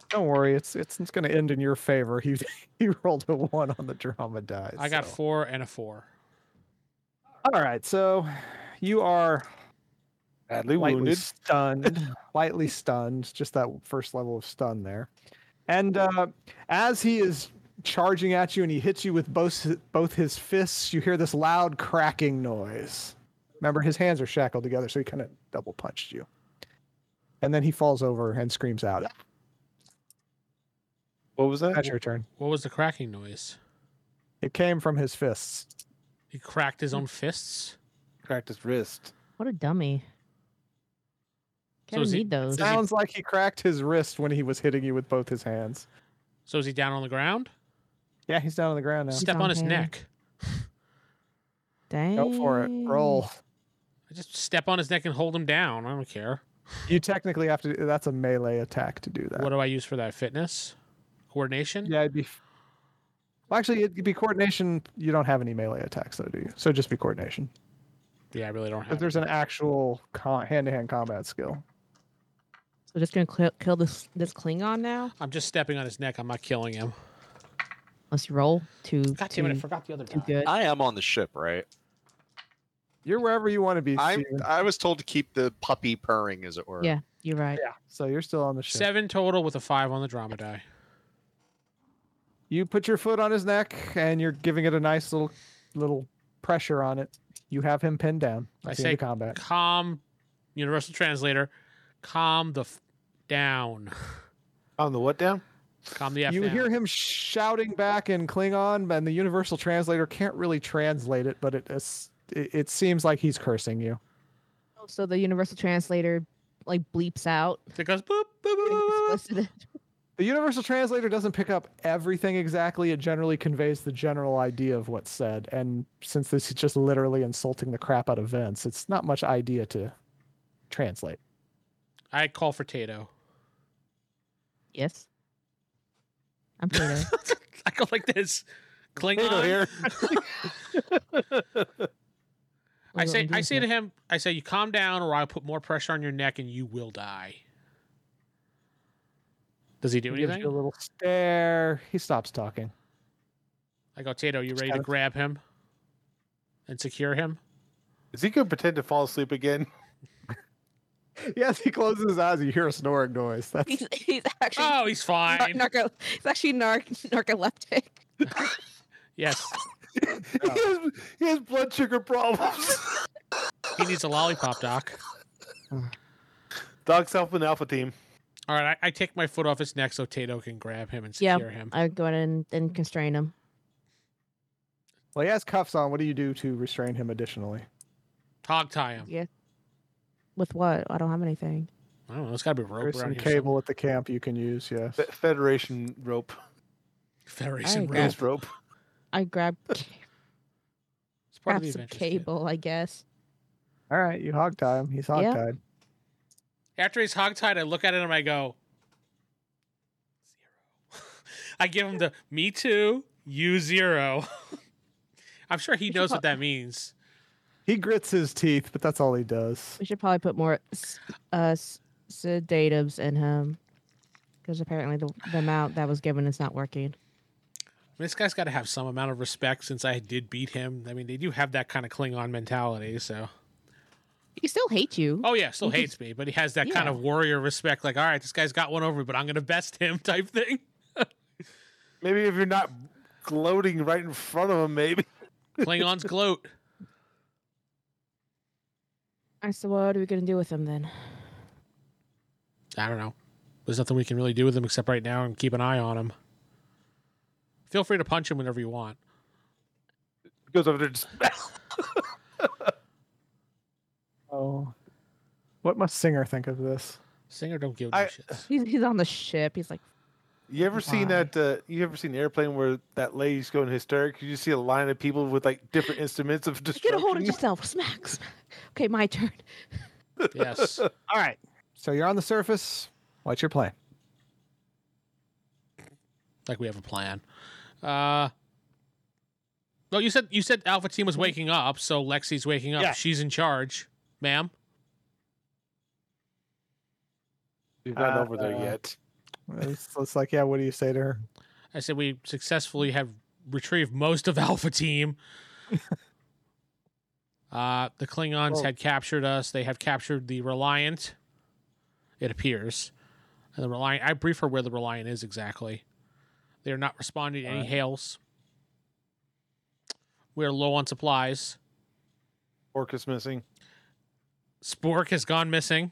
Speaker 2: Don't worry, it's it's, it's going to end in your favor. He he rolled a one on the drama die.
Speaker 3: I got
Speaker 2: so.
Speaker 3: four and a four.
Speaker 2: All right, so you are
Speaker 5: Badly
Speaker 2: lightly
Speaker 5: wounded.
Speaker 2: stunned, lightly stunned, just that first level of stun there. And uh, as he is charging at you and he hits you with both hi- both his fists, you hear this loud cracking noise. Remember, his hands are shackled together, so he kind of double punched you. And then he falls over and screams out.
Speaker 5: What was that?
Speaker 2: That's your turn.
Speaker 3: What was the cracking noise?
Speaker 2: It came from his fists.
Speaker 3: He cracked his own fists.
Speaker 5: Cracked his wrist.
Speaker 7: What a dummy.
Speaker 3: So
Speaker 7: Can't
Speaker 3: is he-
Speaker 7: need those.
Speaker 3: he-
Speaker 2: Sounds like he cracked his wrist when he was hitting you with both his hands.
Speaker 3: So is he down on the ground?
Speaker 2: Yeah, he's down on the ground now.
Speaker 3: Step
Speaker 7: on
Speaker 3: on his
Speaker 7: hand.
Speaker 3: neck.
Speaker 7: Dang.
Speaker 2: Go for it. Roll.
Speaker 3: I just step on his neck and hold him down. I don't care.
Speaker 2: You technically have to. That's a melee attack to do that. Mm-hmm.
Speaker 3: What do I use for that? Fitness, coordination.
Speaker 2: Yeah, it'd be. Well, actually, it'd be coordination. You don't have any melee attacks, though, do you? So just be coordination.
Speaker 3: Yeah, I really don't have.
Speaker 2: If there's
Speaker 3: it.
Speaker 2: an actual con- hand-to-hand combat skill,
Speaker 7: So just gonna cl- kill this this Klingon now.
Speaker 3: I'm just stepping on his neck. I'm not killing him.
Speaker 7: Let's roll to
Speaker 3: God damn it! I
Speaker 2: Mm.
Speaker 7: too,
Speaker 3: forgot the other
Speaker 7: too
Speaker 3: guy.
Speaker 7: good.
Speaker 4: I am on the ship, right?
Speaker 2: you're wherever you want to be.
Speaker 4: I
Speaker 2: Steven.
Speaker 4: I was told to keep the puppy purring, as it were.
Speaker 7: Yeah, you're right.
Speaker 2: yeah. So you're still on the ship.
Speaker 3: Seven total with a five on the dromedary.
Speaker 2: You put your foot on his neck, and you're giving it a nice little little pressure on it. You have him pinned down.
Speaker 3: I
Speaker 2: That's the end
Speaker 3: say-
Speaker 2: of combat.
Speaker 3: Calm, universal translator. Calm the f- down.
Speaker 5: On the what down?
Speaker 3: Calm the f
Speaker 2: you
Speaker 3: down.
Speaker 2: hear him shouting back in Klingon, and the universal translator can't really translate it, but it it's- it, it seems like he's cursing you.
Speaker 7: Oh, So the universal translator like bleeps out.
Speaker 3: It goes boop boop boop. boop, boop.
Speaker 7: explicit.
Speaker 2: The universal translator doesn't pick up everything exactly. It generally conveys the general idea of what's said. And since this is just literally insulting the crap out of Vince, it's not much idea to translate.
Speaker 3: I call for Tato.
Speaker 7: Yes. I'm Tato.
Speaker 3: I go like this. Klingon.
Speaker 5: Tato here.
Speaker 3: I say, I say to him, I say, you calm down, or I'll put more pressure on your neck, and you will die. Does he do
Speaker 2: He gives
Speaker 3: anything?
Speaker 2: you a little stare. He stops talking.
Speaker 3: I go, Tato, you ready to
Speaker 2: kind of-
Speaker 3: grab him and secure him?
Speaker 5: Is he gonna pretend to fall asleep again?
Speaker 2: Yes, he closes his eyes. You hear a snoring noise. That's
Speaker 7: he's, he's actually
Speaker 3: Oh, he's
Speaker 7: nar-
Speaker 3: fine.
Speaker 7: narco. He's actually nar- narcoleptic.
Speaker 3: Yes,
Speaker 5: he, has, he has blood sugar problems.
Speaker 3: he needs a lollipop, Doc.
Speaker 5: Doc South and Alpha Team.
Speaker 3: All right, I, I take my foot off his neck so Tato can grab him and
Speaker 7: Yeah.
Speaker 3: secure him.
Speaker 7: I go in and, and constrain him.
Speaker 2: well, he has cuffs on. What do you do to restrain him additionally?
Speaker 3: Hog tie him.
Speaker 7: Yeah. With what? I don't have anything.
Speaker 3: I don't know. It's got to be rope
Speaker 2: There's
Speaker 3: around
Speaker 2: some
Speaker 3: here.
Speaker 2: cable at the camp you can use. Yes.
Speaker 5: Fe- Federation rope.
Speaker 3: some- Federation
Speaker 7: I
Speaker 3: rope.
Speaker 7: Yeah.
Speaker 5: Goose rope.
Speaker 7: I grab
Speaker 3: It's part of
Speaker 7: grab
Speaker 3: the
Speaker 7: some
Speaker 3: adventure, too.
Speaker 7: cable, I guess.
Speaker 2: All right, you hog tie him. He's hog
Speaker 7: Yeah.
Speaker 2: tied.
Speaker 3: After he's hogtied, I look at him and I go, zero. I give him the me too, you zero. I'm sure he
Speaker 7: We should
Speaker 3: knows
Speaker 7: pro-
Speaker 3: what that means.
Speaker 2: He grits his teeth, but that's all he does.
Speaker 7: We should probably put more s- uh, s- sedatives in him because apparently the, the amount that was given is not working.
Speaker 3: This guy's got to have some amount of respect since I did beat him. I mean, they do have that kind of Klingon mentality, so.
Speaker 7: He still hates you.
Speaker 3: Oh, yeah, still
Speaker 7: He
Speaker 3: hates me, but he has that kind
Speaker 7: Yeah.
Speaker 3: of warrior respect, like, all right, this guy's got one over me, but I'm going to best him type thing.
Speaker 5: Maybe if you're not gloating right in front of him, maybe.
Speaker 3: Klingons gloat.
Speaker 7: I said, what are we gonna do with him then?
Speaker 3: I don't know. There's nothing we can really do with him except right now and keep an eye on him. Feel free to punch him whenever you want.
Speaker 5: Goes over there. Just,
Speaker 2: Oh, what must Singer think of this?
Speaker 3: Singer don't give
Speaker 5: I-
Speaker 3: a shit.
Speaker 7: He's, he's on the ship. He's like,
Speaker 5: you ever seen
Speaker 7: Why?
Speaker 5: that? Uh, you ever seen airplane where that lady's going hysteric? You just see a line of people with like different instruments of
Speaker 7: get
Speaker 5: destruction.
Speaker 7: a hold of yourself, smack, smack. Okay, my turn.
Speaker 3: Yes.
Speaker 2: All right. So you're on the surface. What's your plan?
Speaker 3: like we have a plan. Uh no, you said you said Alpha Team was waking up, so Lexi's waking up.
Speaker 2: Yeah.
Speaker 3: She's in charge, ma'am.
Speaker 5: You're not
Speaker 2: Uh,
Speaker 5: over there yet.
Speaker 2: It's, it's like, yeah. What do you say to her?
Speaker 3: I said we successfully have retrieved most of Alpha Team. uh the Klingons
Speaker 2: Well-
Speaker 3: had captured us. They have captured the Reliant. It appears. And the Reliant I brief her where the Reliant is exactly. They are not responding to any hails. We are low on supplies.
Speaker 5: Orcus missing.
Speaker 3: Spork has gone missing.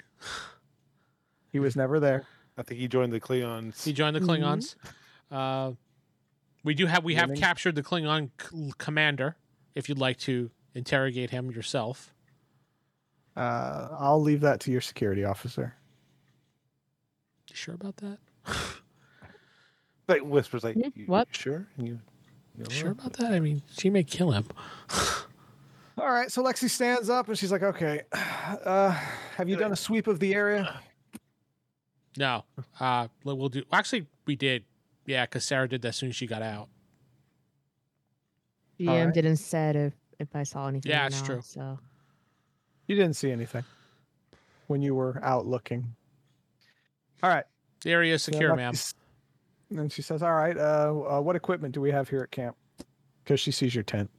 Speaker 2: He was never there.
Speaker 5: I think he joined the Cleons.
Speaker 3: He joined the
Speaker 7: Mhm.
Speaker 3: Klingons. Uh, we do have we have
Speaker 2: Mm-hmm. Winning.
Speaker 3: captured the Klingon c- commander. If you'd like to interrogate him yourself,
Speaker 2: Uh, I'll leave that to your security officer.
Speaker 3: you sure about that?
Speaker 5: like whispers like,
Speaker 7: Hmm,
Speaker 5: "You-
Speaker 7: what?
Speaker 5: you sure? And you, you know,
Speaker 3: Sure about that? I mean, she may kill him.
Speaker 2: All right. So Lexi stands up and she's like, "Okay, uh, have you done a sweep of the area?"
Speaker 3: No, uh, we'll we'll do. Actually, we did. Yeah, because Sarah did that as soon as she got out.
Speaker 7: DM
Speaker 2: Alright.
Speaker 7: didn't said if if I saw anything.
Speaker 3: Yeah,
Speaker 7: or
Speaker 3: it's
Speaker 7: not,
Speaker 3: true.
Speaker 7: So
Speaker 2: You didn't see anything when you were out looking. All right.
Speaker 3: The area is
Speaker 2: so
Speaker 3: secure,
Speaker 2: Lucky
Speaker 3: ma'am.
Speaker 2: s- And she says, "All right, uh, uh, what equipment do we have here at camp?" Because she sees your tent.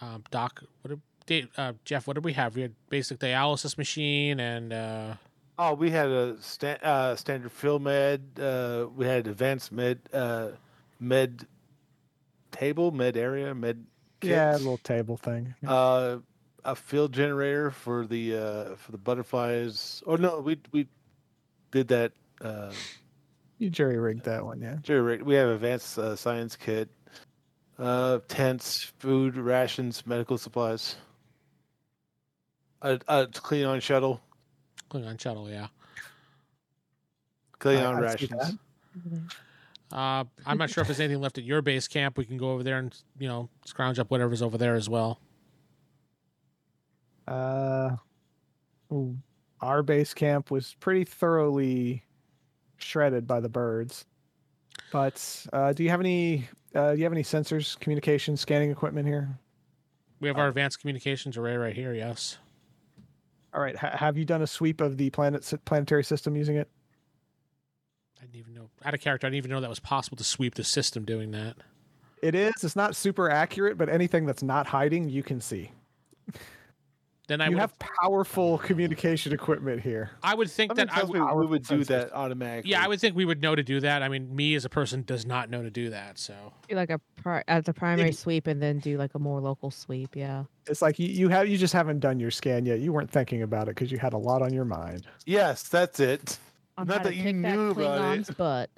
Speaker 3: Um, Doc, what did, Dave, uh, Jeff? What did we have? We had basic dialysis machine and uh,
Speaker 5: Oh, we had a sta- uh, standard fill med. Uh, we had advanced med uh, med table, med area, med kit.
Speaker 2: Yeah, a little table thing.
Speaker 5: Uh, a field generator for the uh, for the butterflies. Or no, we we did that. Uh,
Speaker 2: You jerry rigged that one, yeah.
Speaker 5: Jerry Rick- we have advanced uh, science kit, uh, tents, food, rations, medical supplies. A, a Cleon shuttle,
Speaker 3: Klingon shuttle. Yeah.
Speaker 2: I-
Speaker 5: Cleon
Speaker 2: I see
Speaker 5: rations.
Speaker 2: that.
Speaker 3: Uh, I'm not sure if there's anything left at your base camp. We can go over there and you know scrounge up whatever's over there as well.
Speaker 2: Uh, ooh, our base camp was pretty thoroughly shredded by the birds. But uh, do you have any? Uh, do you have any sensors, communication, scanning equipment here?
Speaker 3: We have our advanced communications array right here. Yes.
Speaker 2: All right. Ha- have you done a sweep of the planet planetary system using it?
Speaker 3: I didn't even know out of character. I didn't even know that was possible to sweep the system doing that.
Speaker 2: It is. It's not super accurate, but anything that's not hiding, you can see.
Speaker 3: Then I
Speaker 2: you
Speaker 3: would
Speaker 2: have powerful communication equipment here.
Speaker 3: I would think
Speaker 5: Something
Speaker 3: that I
Speaker 5: tells
Speaker 3: would.
Speaker 5: me we would do
Speaker 2: sensors.
Speaker 5: that automatically.
Speaker 3: Yeah, I would think we would know to do that. I mean, me as a person does not know to do that. So
Speaker 7: do like a pri- at the primary sweep and then do like a more local sweep. Yeah.
Speaker 2: It's like you, you have you just haven't done your scan yet. You weren't thinking about it because you had a lot on your mind.
Speaker 5: Yes, that's it.
Speaker 7: I'm trying
Speaker 5: Not
Speaker 7: to
Speaker 5: that you
Speaker 7: kick
Speaker 5: knew about it.
Speaker 7: Klingon's butt.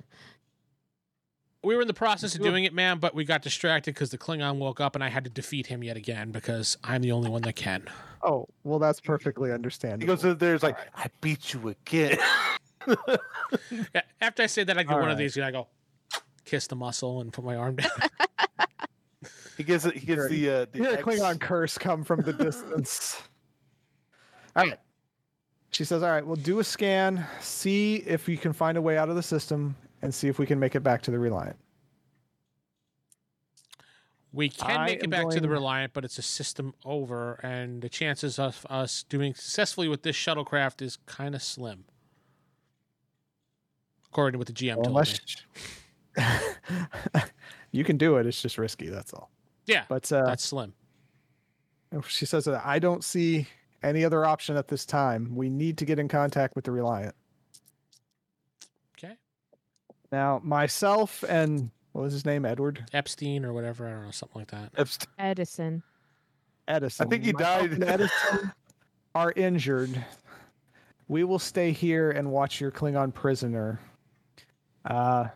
Speaker 3: we were in the process of
Speaker 5: Good.
Speaker 3: doing it, man, but we got distracted because the Klingon woke up and I had to defeat him yet again because I'm the only one that can.
Speaker 2: Oh, well, that's perfectly
Speaker 5: He
Speaker 2: understandable.
Speaker 5: goes over there. It's like I beat you again.
Speaker 3: Yeah, After I say that, I do
Speaker 2: All
Speaker 3: one of
Speaker 2: right.
Speaker 3: these and I go kiss the muscle and put my arm down.
Speaker 5: he gets he gets the uh,
Speaker 2: You
Speaker 5: the
Speaker 2: hear a
Speaker 5: X-
Speaker 2: Klingon curse come from the distance. All right. She says, All right, we'll do a scan, see if we can find a way out of the system, and see if we can make it back to the Reliant.
Speaker 3: We can
Speaker 2: I
Speaker 3: make it
Speaker 2: am
Speaker 3: back to the
Speaker 2: going-
Speaker 3: Reliant, but it's a system over, and the chances of us doing successfully with this shuttlecraft is kind of slim. According to what the GM told me.
Speaker 2: Unless you can do it, it's just risky. That's all.
Speaker 3: Yeah,
Speaker 2: But uh,
Speaker 3: that's slim.
Speaker 2: she says that I don't see any other option at this time. We need to get in contact with the Reliant.
Speaker 3: Okay.
Speaker 2: Now, myself and what was his name? Edward
Speaker 3: Epstein or whatever. I don't know, something like that.
Speaker 5: Epstein.
Speaker 7: Edison.
Speaker 2: Edison.
Speaker 5: think he
Speaker 2: myself
Speaker 5: died.
Speaker 2: and Edison are injured. We will stay here and watch your Klingon prisoner. Uh,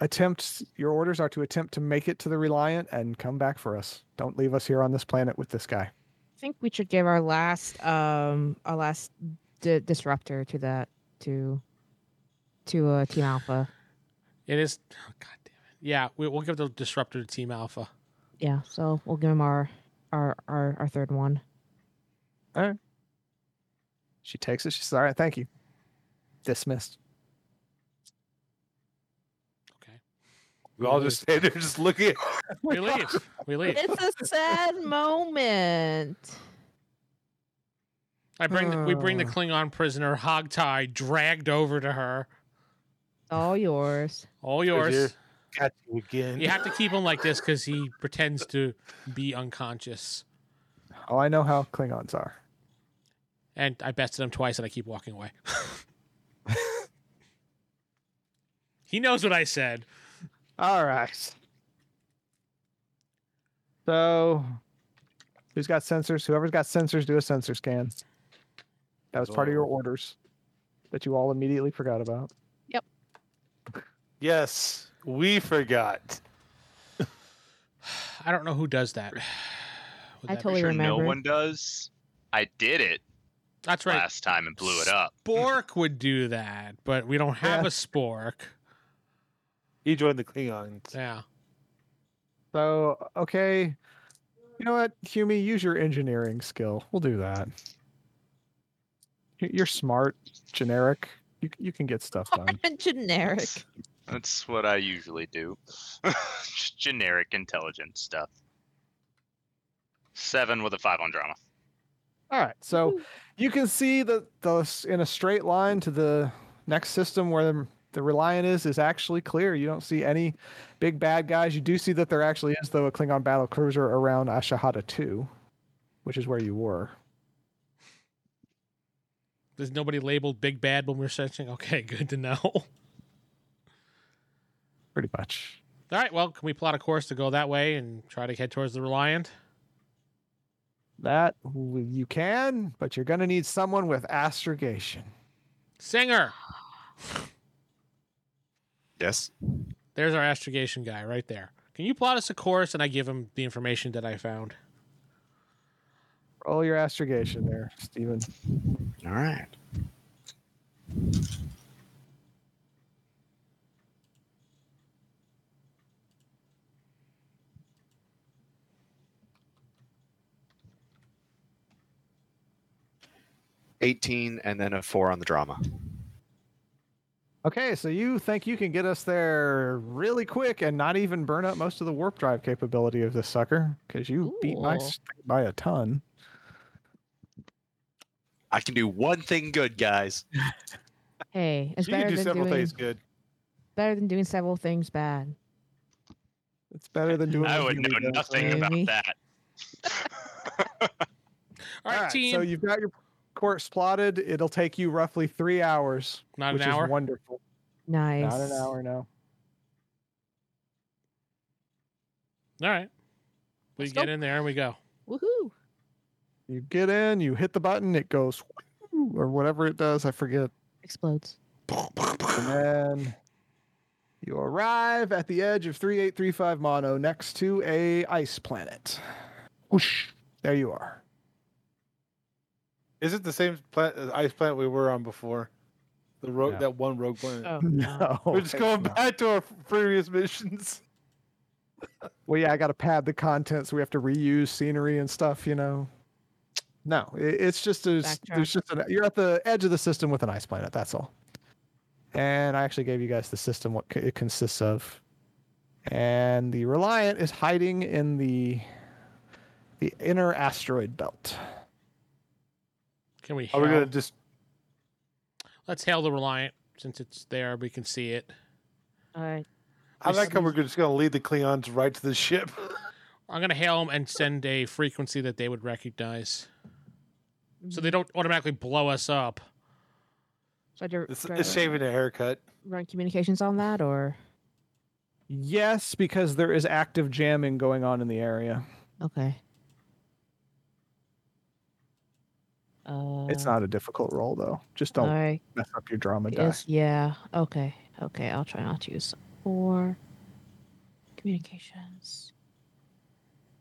Speaker 2: attempt your orders are to attempt to make it to the Reliant and come back for us. Don't leave us here on this planet with this guy.
Speaker 7: I think we should give our last um our last di- disruptor to that to to uh, Team Alpha.
Speaker 3: It is. Oh, God damn it. Yeah, we, we'll give the disruptor to Team Alpha.
Speaker 7: Yeah. So we'll give him our our our, our third one.
Speaker 2: She takes it. She says, "All right, thank you." Dismissed.
Speaker 3: Okay.
Speaker 5: We all just stand there, just looking.
Speaker 3: We leave. We leave.
Speaker 7: It's a sad moment.
Speaker 3: I bring the, we bring the
Speaker 7: Uh.
Speaker 3: Klingon prisoner hogtie dragged over to her.
Speaker 7: All yours.
Speaker 3: All
Speaker 5: dear.
Speaker 3: yours.
Speaker 5: Got you again.
Speaker 3: You have to keep him like this because he pretends to be unconscious.
Speaker 2: Oh, I know how Klingons are.
Speaker 3: And I bested him twice, and I keep walking away. he knows what I said.
Speaker 2: All right. So, who's got sensors? Whoever's got sensors, do a sensor scan. That was part of your orders that you all immediately forgot about.
Speaker 5: Yes, we forgot.
Speaker 3: I don't know who does that. Would
Speaker 7: I
Speaker 3: that be-
Speaker 7: totally
Speaker 6: sure no
Speaker 7: remember.
Speaker 6: one does. I did it
Speaker 3: That's right.
Speaker 6: last time and blew it up.
Speaker 3: Spork would do that, but we don't have
Speaker 2: Yeah.
Speaker 3: a spork.
Speaker 5: He joined the Klingons.
Speaker 3: Yeah.
Speaker 2: So, okay. You know what, Humi? Use your engineering skill. We'll do that. Y- You're smart, generic. You, you can get stuff done.
Speaker 7: Generic.
Speaker 6: That's what I usually do. Just generic intelligence stuff. Seven with a five on drama.
Speaker 2: All right. So you can see that the in a straight line to the next system where the, the Reliant is is actually clear. You don't see any big bad guys. You do see that there actually is though a Klingon battle cruiser around Ashahada 2, which is where you were.
Speaker 3: There's nobody labeled big bad when we're searching. Okay, good to know. All
Speaker 2: Pretty much.
Speaker 3: right, well, can we plot a course to go that way and try to head towards the Reliant?
Speaker 2: That w- you can, but you're going to need someone with astrogation.
Speaker 3: Singer,
Speaker 4: Yes.
Speaker 3: there's our astrogation guy right there. Can you plot us a course? And I give him the information that I found.
Speaker 2: Roll your astrogation there, Steven.
Speaker 4: All right. Eighteen and then a four on the drama.
Speaker 2: Okay, so you think you can get us there really quick and not even burn up most of the warp drive capability of this sucker because you beat my
Speaker 7: Ooh.
Speaker 2: state by a ton.
Speaker 4: I can do one thing good, guys.
Speaker 7: Hey, it's
Speaker 5: you can
Speaker 7: better
Speaker 5: do
Speaker 7: than
Speaker 5: several
Speaker 7: doing
Speaker 5: things good.
Speaker 7: better than doing several things bad.
Speaker 2: It's better than doing.
Speaker 6: I
Speaker 2: what
Speaker 6: would
Speaker 2: you
Speaker 6: know
Speaker 2: did.
Speaker 6: nothing
Speaker 7: Amy.
Speaker 6: about that.
Speaker 3: All right,
Speaker 2: All right,
Speaker 3: team.
Speaker 2: So you've got your course plotted. It'll take you roughly three hours,
Speaker 3: Not
Speaker 2: which
Speaker 3: an hour.
Speaker 2: is wonderful.
Speaker 7: Nice.
Speaker 2: Not an hour, no.
Speaker 3: All right. We
Speaker 7: Let's
Speaker 3: get
Speaker 7: go.
Speaker 3: in there and we go.
Speaker 7: Woohoo!
Speaker 2: You get in, you hit the button, it goes "Whew," or whatever it does. I forget.
Speaker 7: Explodes.
Speaker 2: And then you arrive at the edge of 3835 Mono next to a ice planet. Whoosh. There you are.
Speaker 5: Is it the same plant, uh, ice plant we were on before? The rogue,
Speaker 2: No.
Speaker 5: that one rogue planet.
Speaker 7: Oh
Speaker 5: we're just
Speaker 2: it's
Speaker 5: going
Speaker 2: not.
Speaker 5: back to our previous missions.
Speaker 2: Well, yeah, I got to pad the content, so we have to reuse scenery and stuff, you know. No, i- it's just a, s-
Speaker 7: Backtrack.
Speaker 2: there's just an, you're at the edge of the system with an ice planet. That's all. And I actually gave you guys the system what c- it consists of. And the Reliant is hiding in the the inner asteroid belt.
Speaker 3: Can we?
Speaker 5: Are we
Speaker 3: hail-
Speaker 5: gonna just?
Speaker 3: Let's hail the Reliant since it's there. We can see it.
Speaker 7: All right.
Speaker 5: I like how we're just gonna lead the Cleons right to the ship.
Speaker 3: I'm gonna hail them and send a frequency that they would recognize, so they don't automatically blow us up.
Speaker 7: Mm-hmm. So do,
Speaker 5: It's,
Speaker 7: do I
Speaker 5: it's shaving a haircut.
Speaker 7: run communications on that, or
Speaker 2: Yes, because there is active jamming going on in the area.
Speaker 7: okay? Uh,
Speaker 2: it's not a difficult roll though. Just
Speaker 7: All
Speaker 2: don't
Speaker 7: right.
Speaker 2: mess up your drama
Speaker 7: Yes.
Speaker 2: dice.
Speaker 7: Yeah. Okay. Okay. I'll try not to use four. Communications.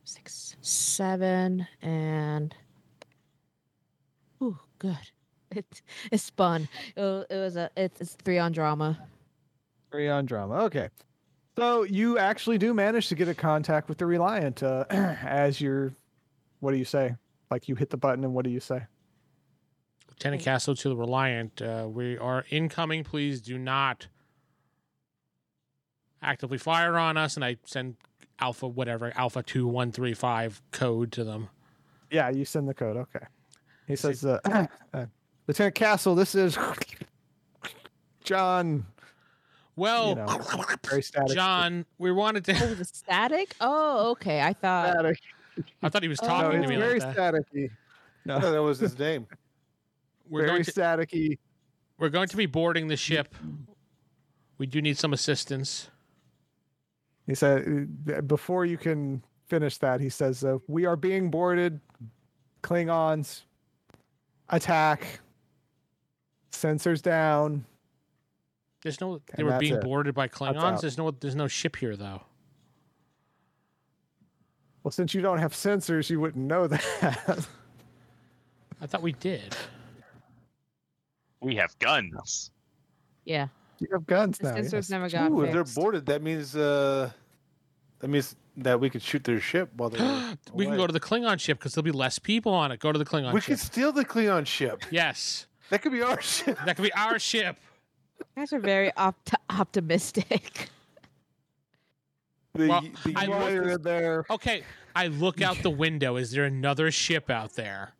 Speaker 7: Six, seven, and. Ooh, good. It it spun. It, wa- it was a. It's, it's three on drama.
Speaker 2: Three on drama. Okay. So you actually do manage to get a contact with the Reliant uh, as you're. What do you say? Like you hit the button, and what do you say?
Speaker 3: Lieutenant Castle to the Reliant. Uh, we are incoming. Please do not actively fire on us. And I send Alpha whatever Alpha two one three five code to them.
Speaker 2: Yeah, you send the code. Okay. He says, uh, uh, Lieutenant Castle, this is John.
Speaker 3: Well,
Speaker 2: You know, very static.
Speaker 3: John, we wanted
Speaker 7: Oh,
Speaker 3: to.
Speaker 7: was it static? Oh, okay. I thought.
Speaker 2: Static.
Speaker 3: I thought he was
Speaker 7: Oh.
Speaker 2: No,
Speaker 3: talking
Speaker 2: it's
Speaker 3: to me like
Speaker 2: very
Speaker 3: that.
Speaker 2: staticky.
Speaker 5: I thought that was his name.
Speaker 3: We're
Speaker 2: very
Speaker 3: going to,
Speaker 2: staticky.
Speaker 3: we're going to be boarding the ship. We do need some assistance.
Speaker 2: He said, uh, before you can finish that, he says, uh, We are being boarded. Klingons. Attack. Sensors down.
Speaker 3: There's no. They
Speaker 2: And
Speaker 3: were
Speaker 2: that's
Speaker 3: being
Speaker 2: it.
Speaker 3: boarded by Klingons.
Speaker 2: out.
Speaker 3: There's no. There's no ship here though.
Speaker 2: Well, since you don't have sensors, you wouldn't know that.
Speaker 3: I thought we did.
Speaker 6: We have guns.
Speaker 7: Yeah.
Speaker 2: you have guns
Speaker 7: The
Speaker 2: now.
Speaker 7: sensors
Speaker 2: yes.
Speaker 7: never got
Speaker 5: Ooh, if they're
Speaker 7: fixed.
Speaker 5: boarded, that means uh, that means that we could shoot their ship while they're.
Speaker 3: we can
Speaker 5: away.
Speaker 3: go to the Klingon ship because there'll be less people on it. Go to the Klingon
Speaker 5: We
Speaker 3: ship.
Speaker 5: could steal the Cleon ship.
Speaker 3: Yes,
Speaker 5: That could be our ship.
Speaker 3: that could be our ship.
Speaker 7: guys are very opt- optimistic.
Speaker 5: The,
Speaker 3: Well,
Speaker 5: the
Speaker 3: I
Speaker 2: While
Speaker 5: USS
Speaker 2: you're there,
Speaker 3: Okay, I look out the window. Is there another ship out there?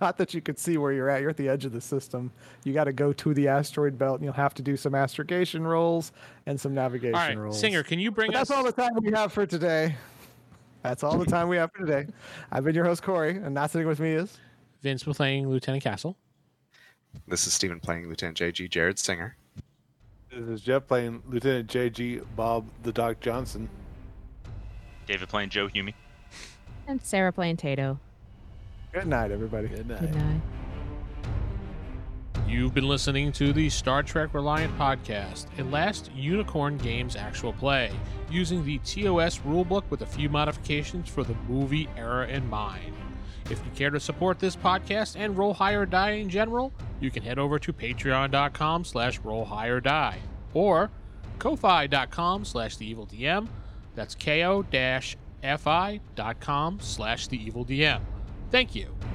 Speaker 2: not that you could see where you're at. You're at the edge of the system. You got to go to the asteroid belt, and you'll have to do some astrogation rolls and some navigation
Speaker 3: All right,
Speaker 2: rolls.
Speaker 3: Singer, can you bring
Speaker 2: But
Speaker 3: us?
Speaker 2: that's all the time we have for today. That's all the time we have for today. I've been your host Corey, and not sitting with me is
Speaker 3: Vince was playing Lieutenant Castle.
Speaker 4: This is Stephen playing Lieutenant JG Jared Singer.
Speaker 5: This is Jeff playing Lieutenant J.G. Bob the Doc Johnson.
Speaker 6: David playing Joe Humey.
Speaker 7: and Sarah playing Tato.
Speaker 2: good night, everybody.
Speaker 5: Good
Speaker 7: Good night.
Speaker 3: You've been listening to the Star Trek Reliant podcast, a last Unicorn Games actual play, using the TOS rulebook with a few modifications for the movie era in mind. If you care to support this podcast and Roll High or Die in general, you can head over to patreon.com slash roll high or die or ko-fi.com slash the evil DM. That's ko-fi.com slash the evil DM. Thank you.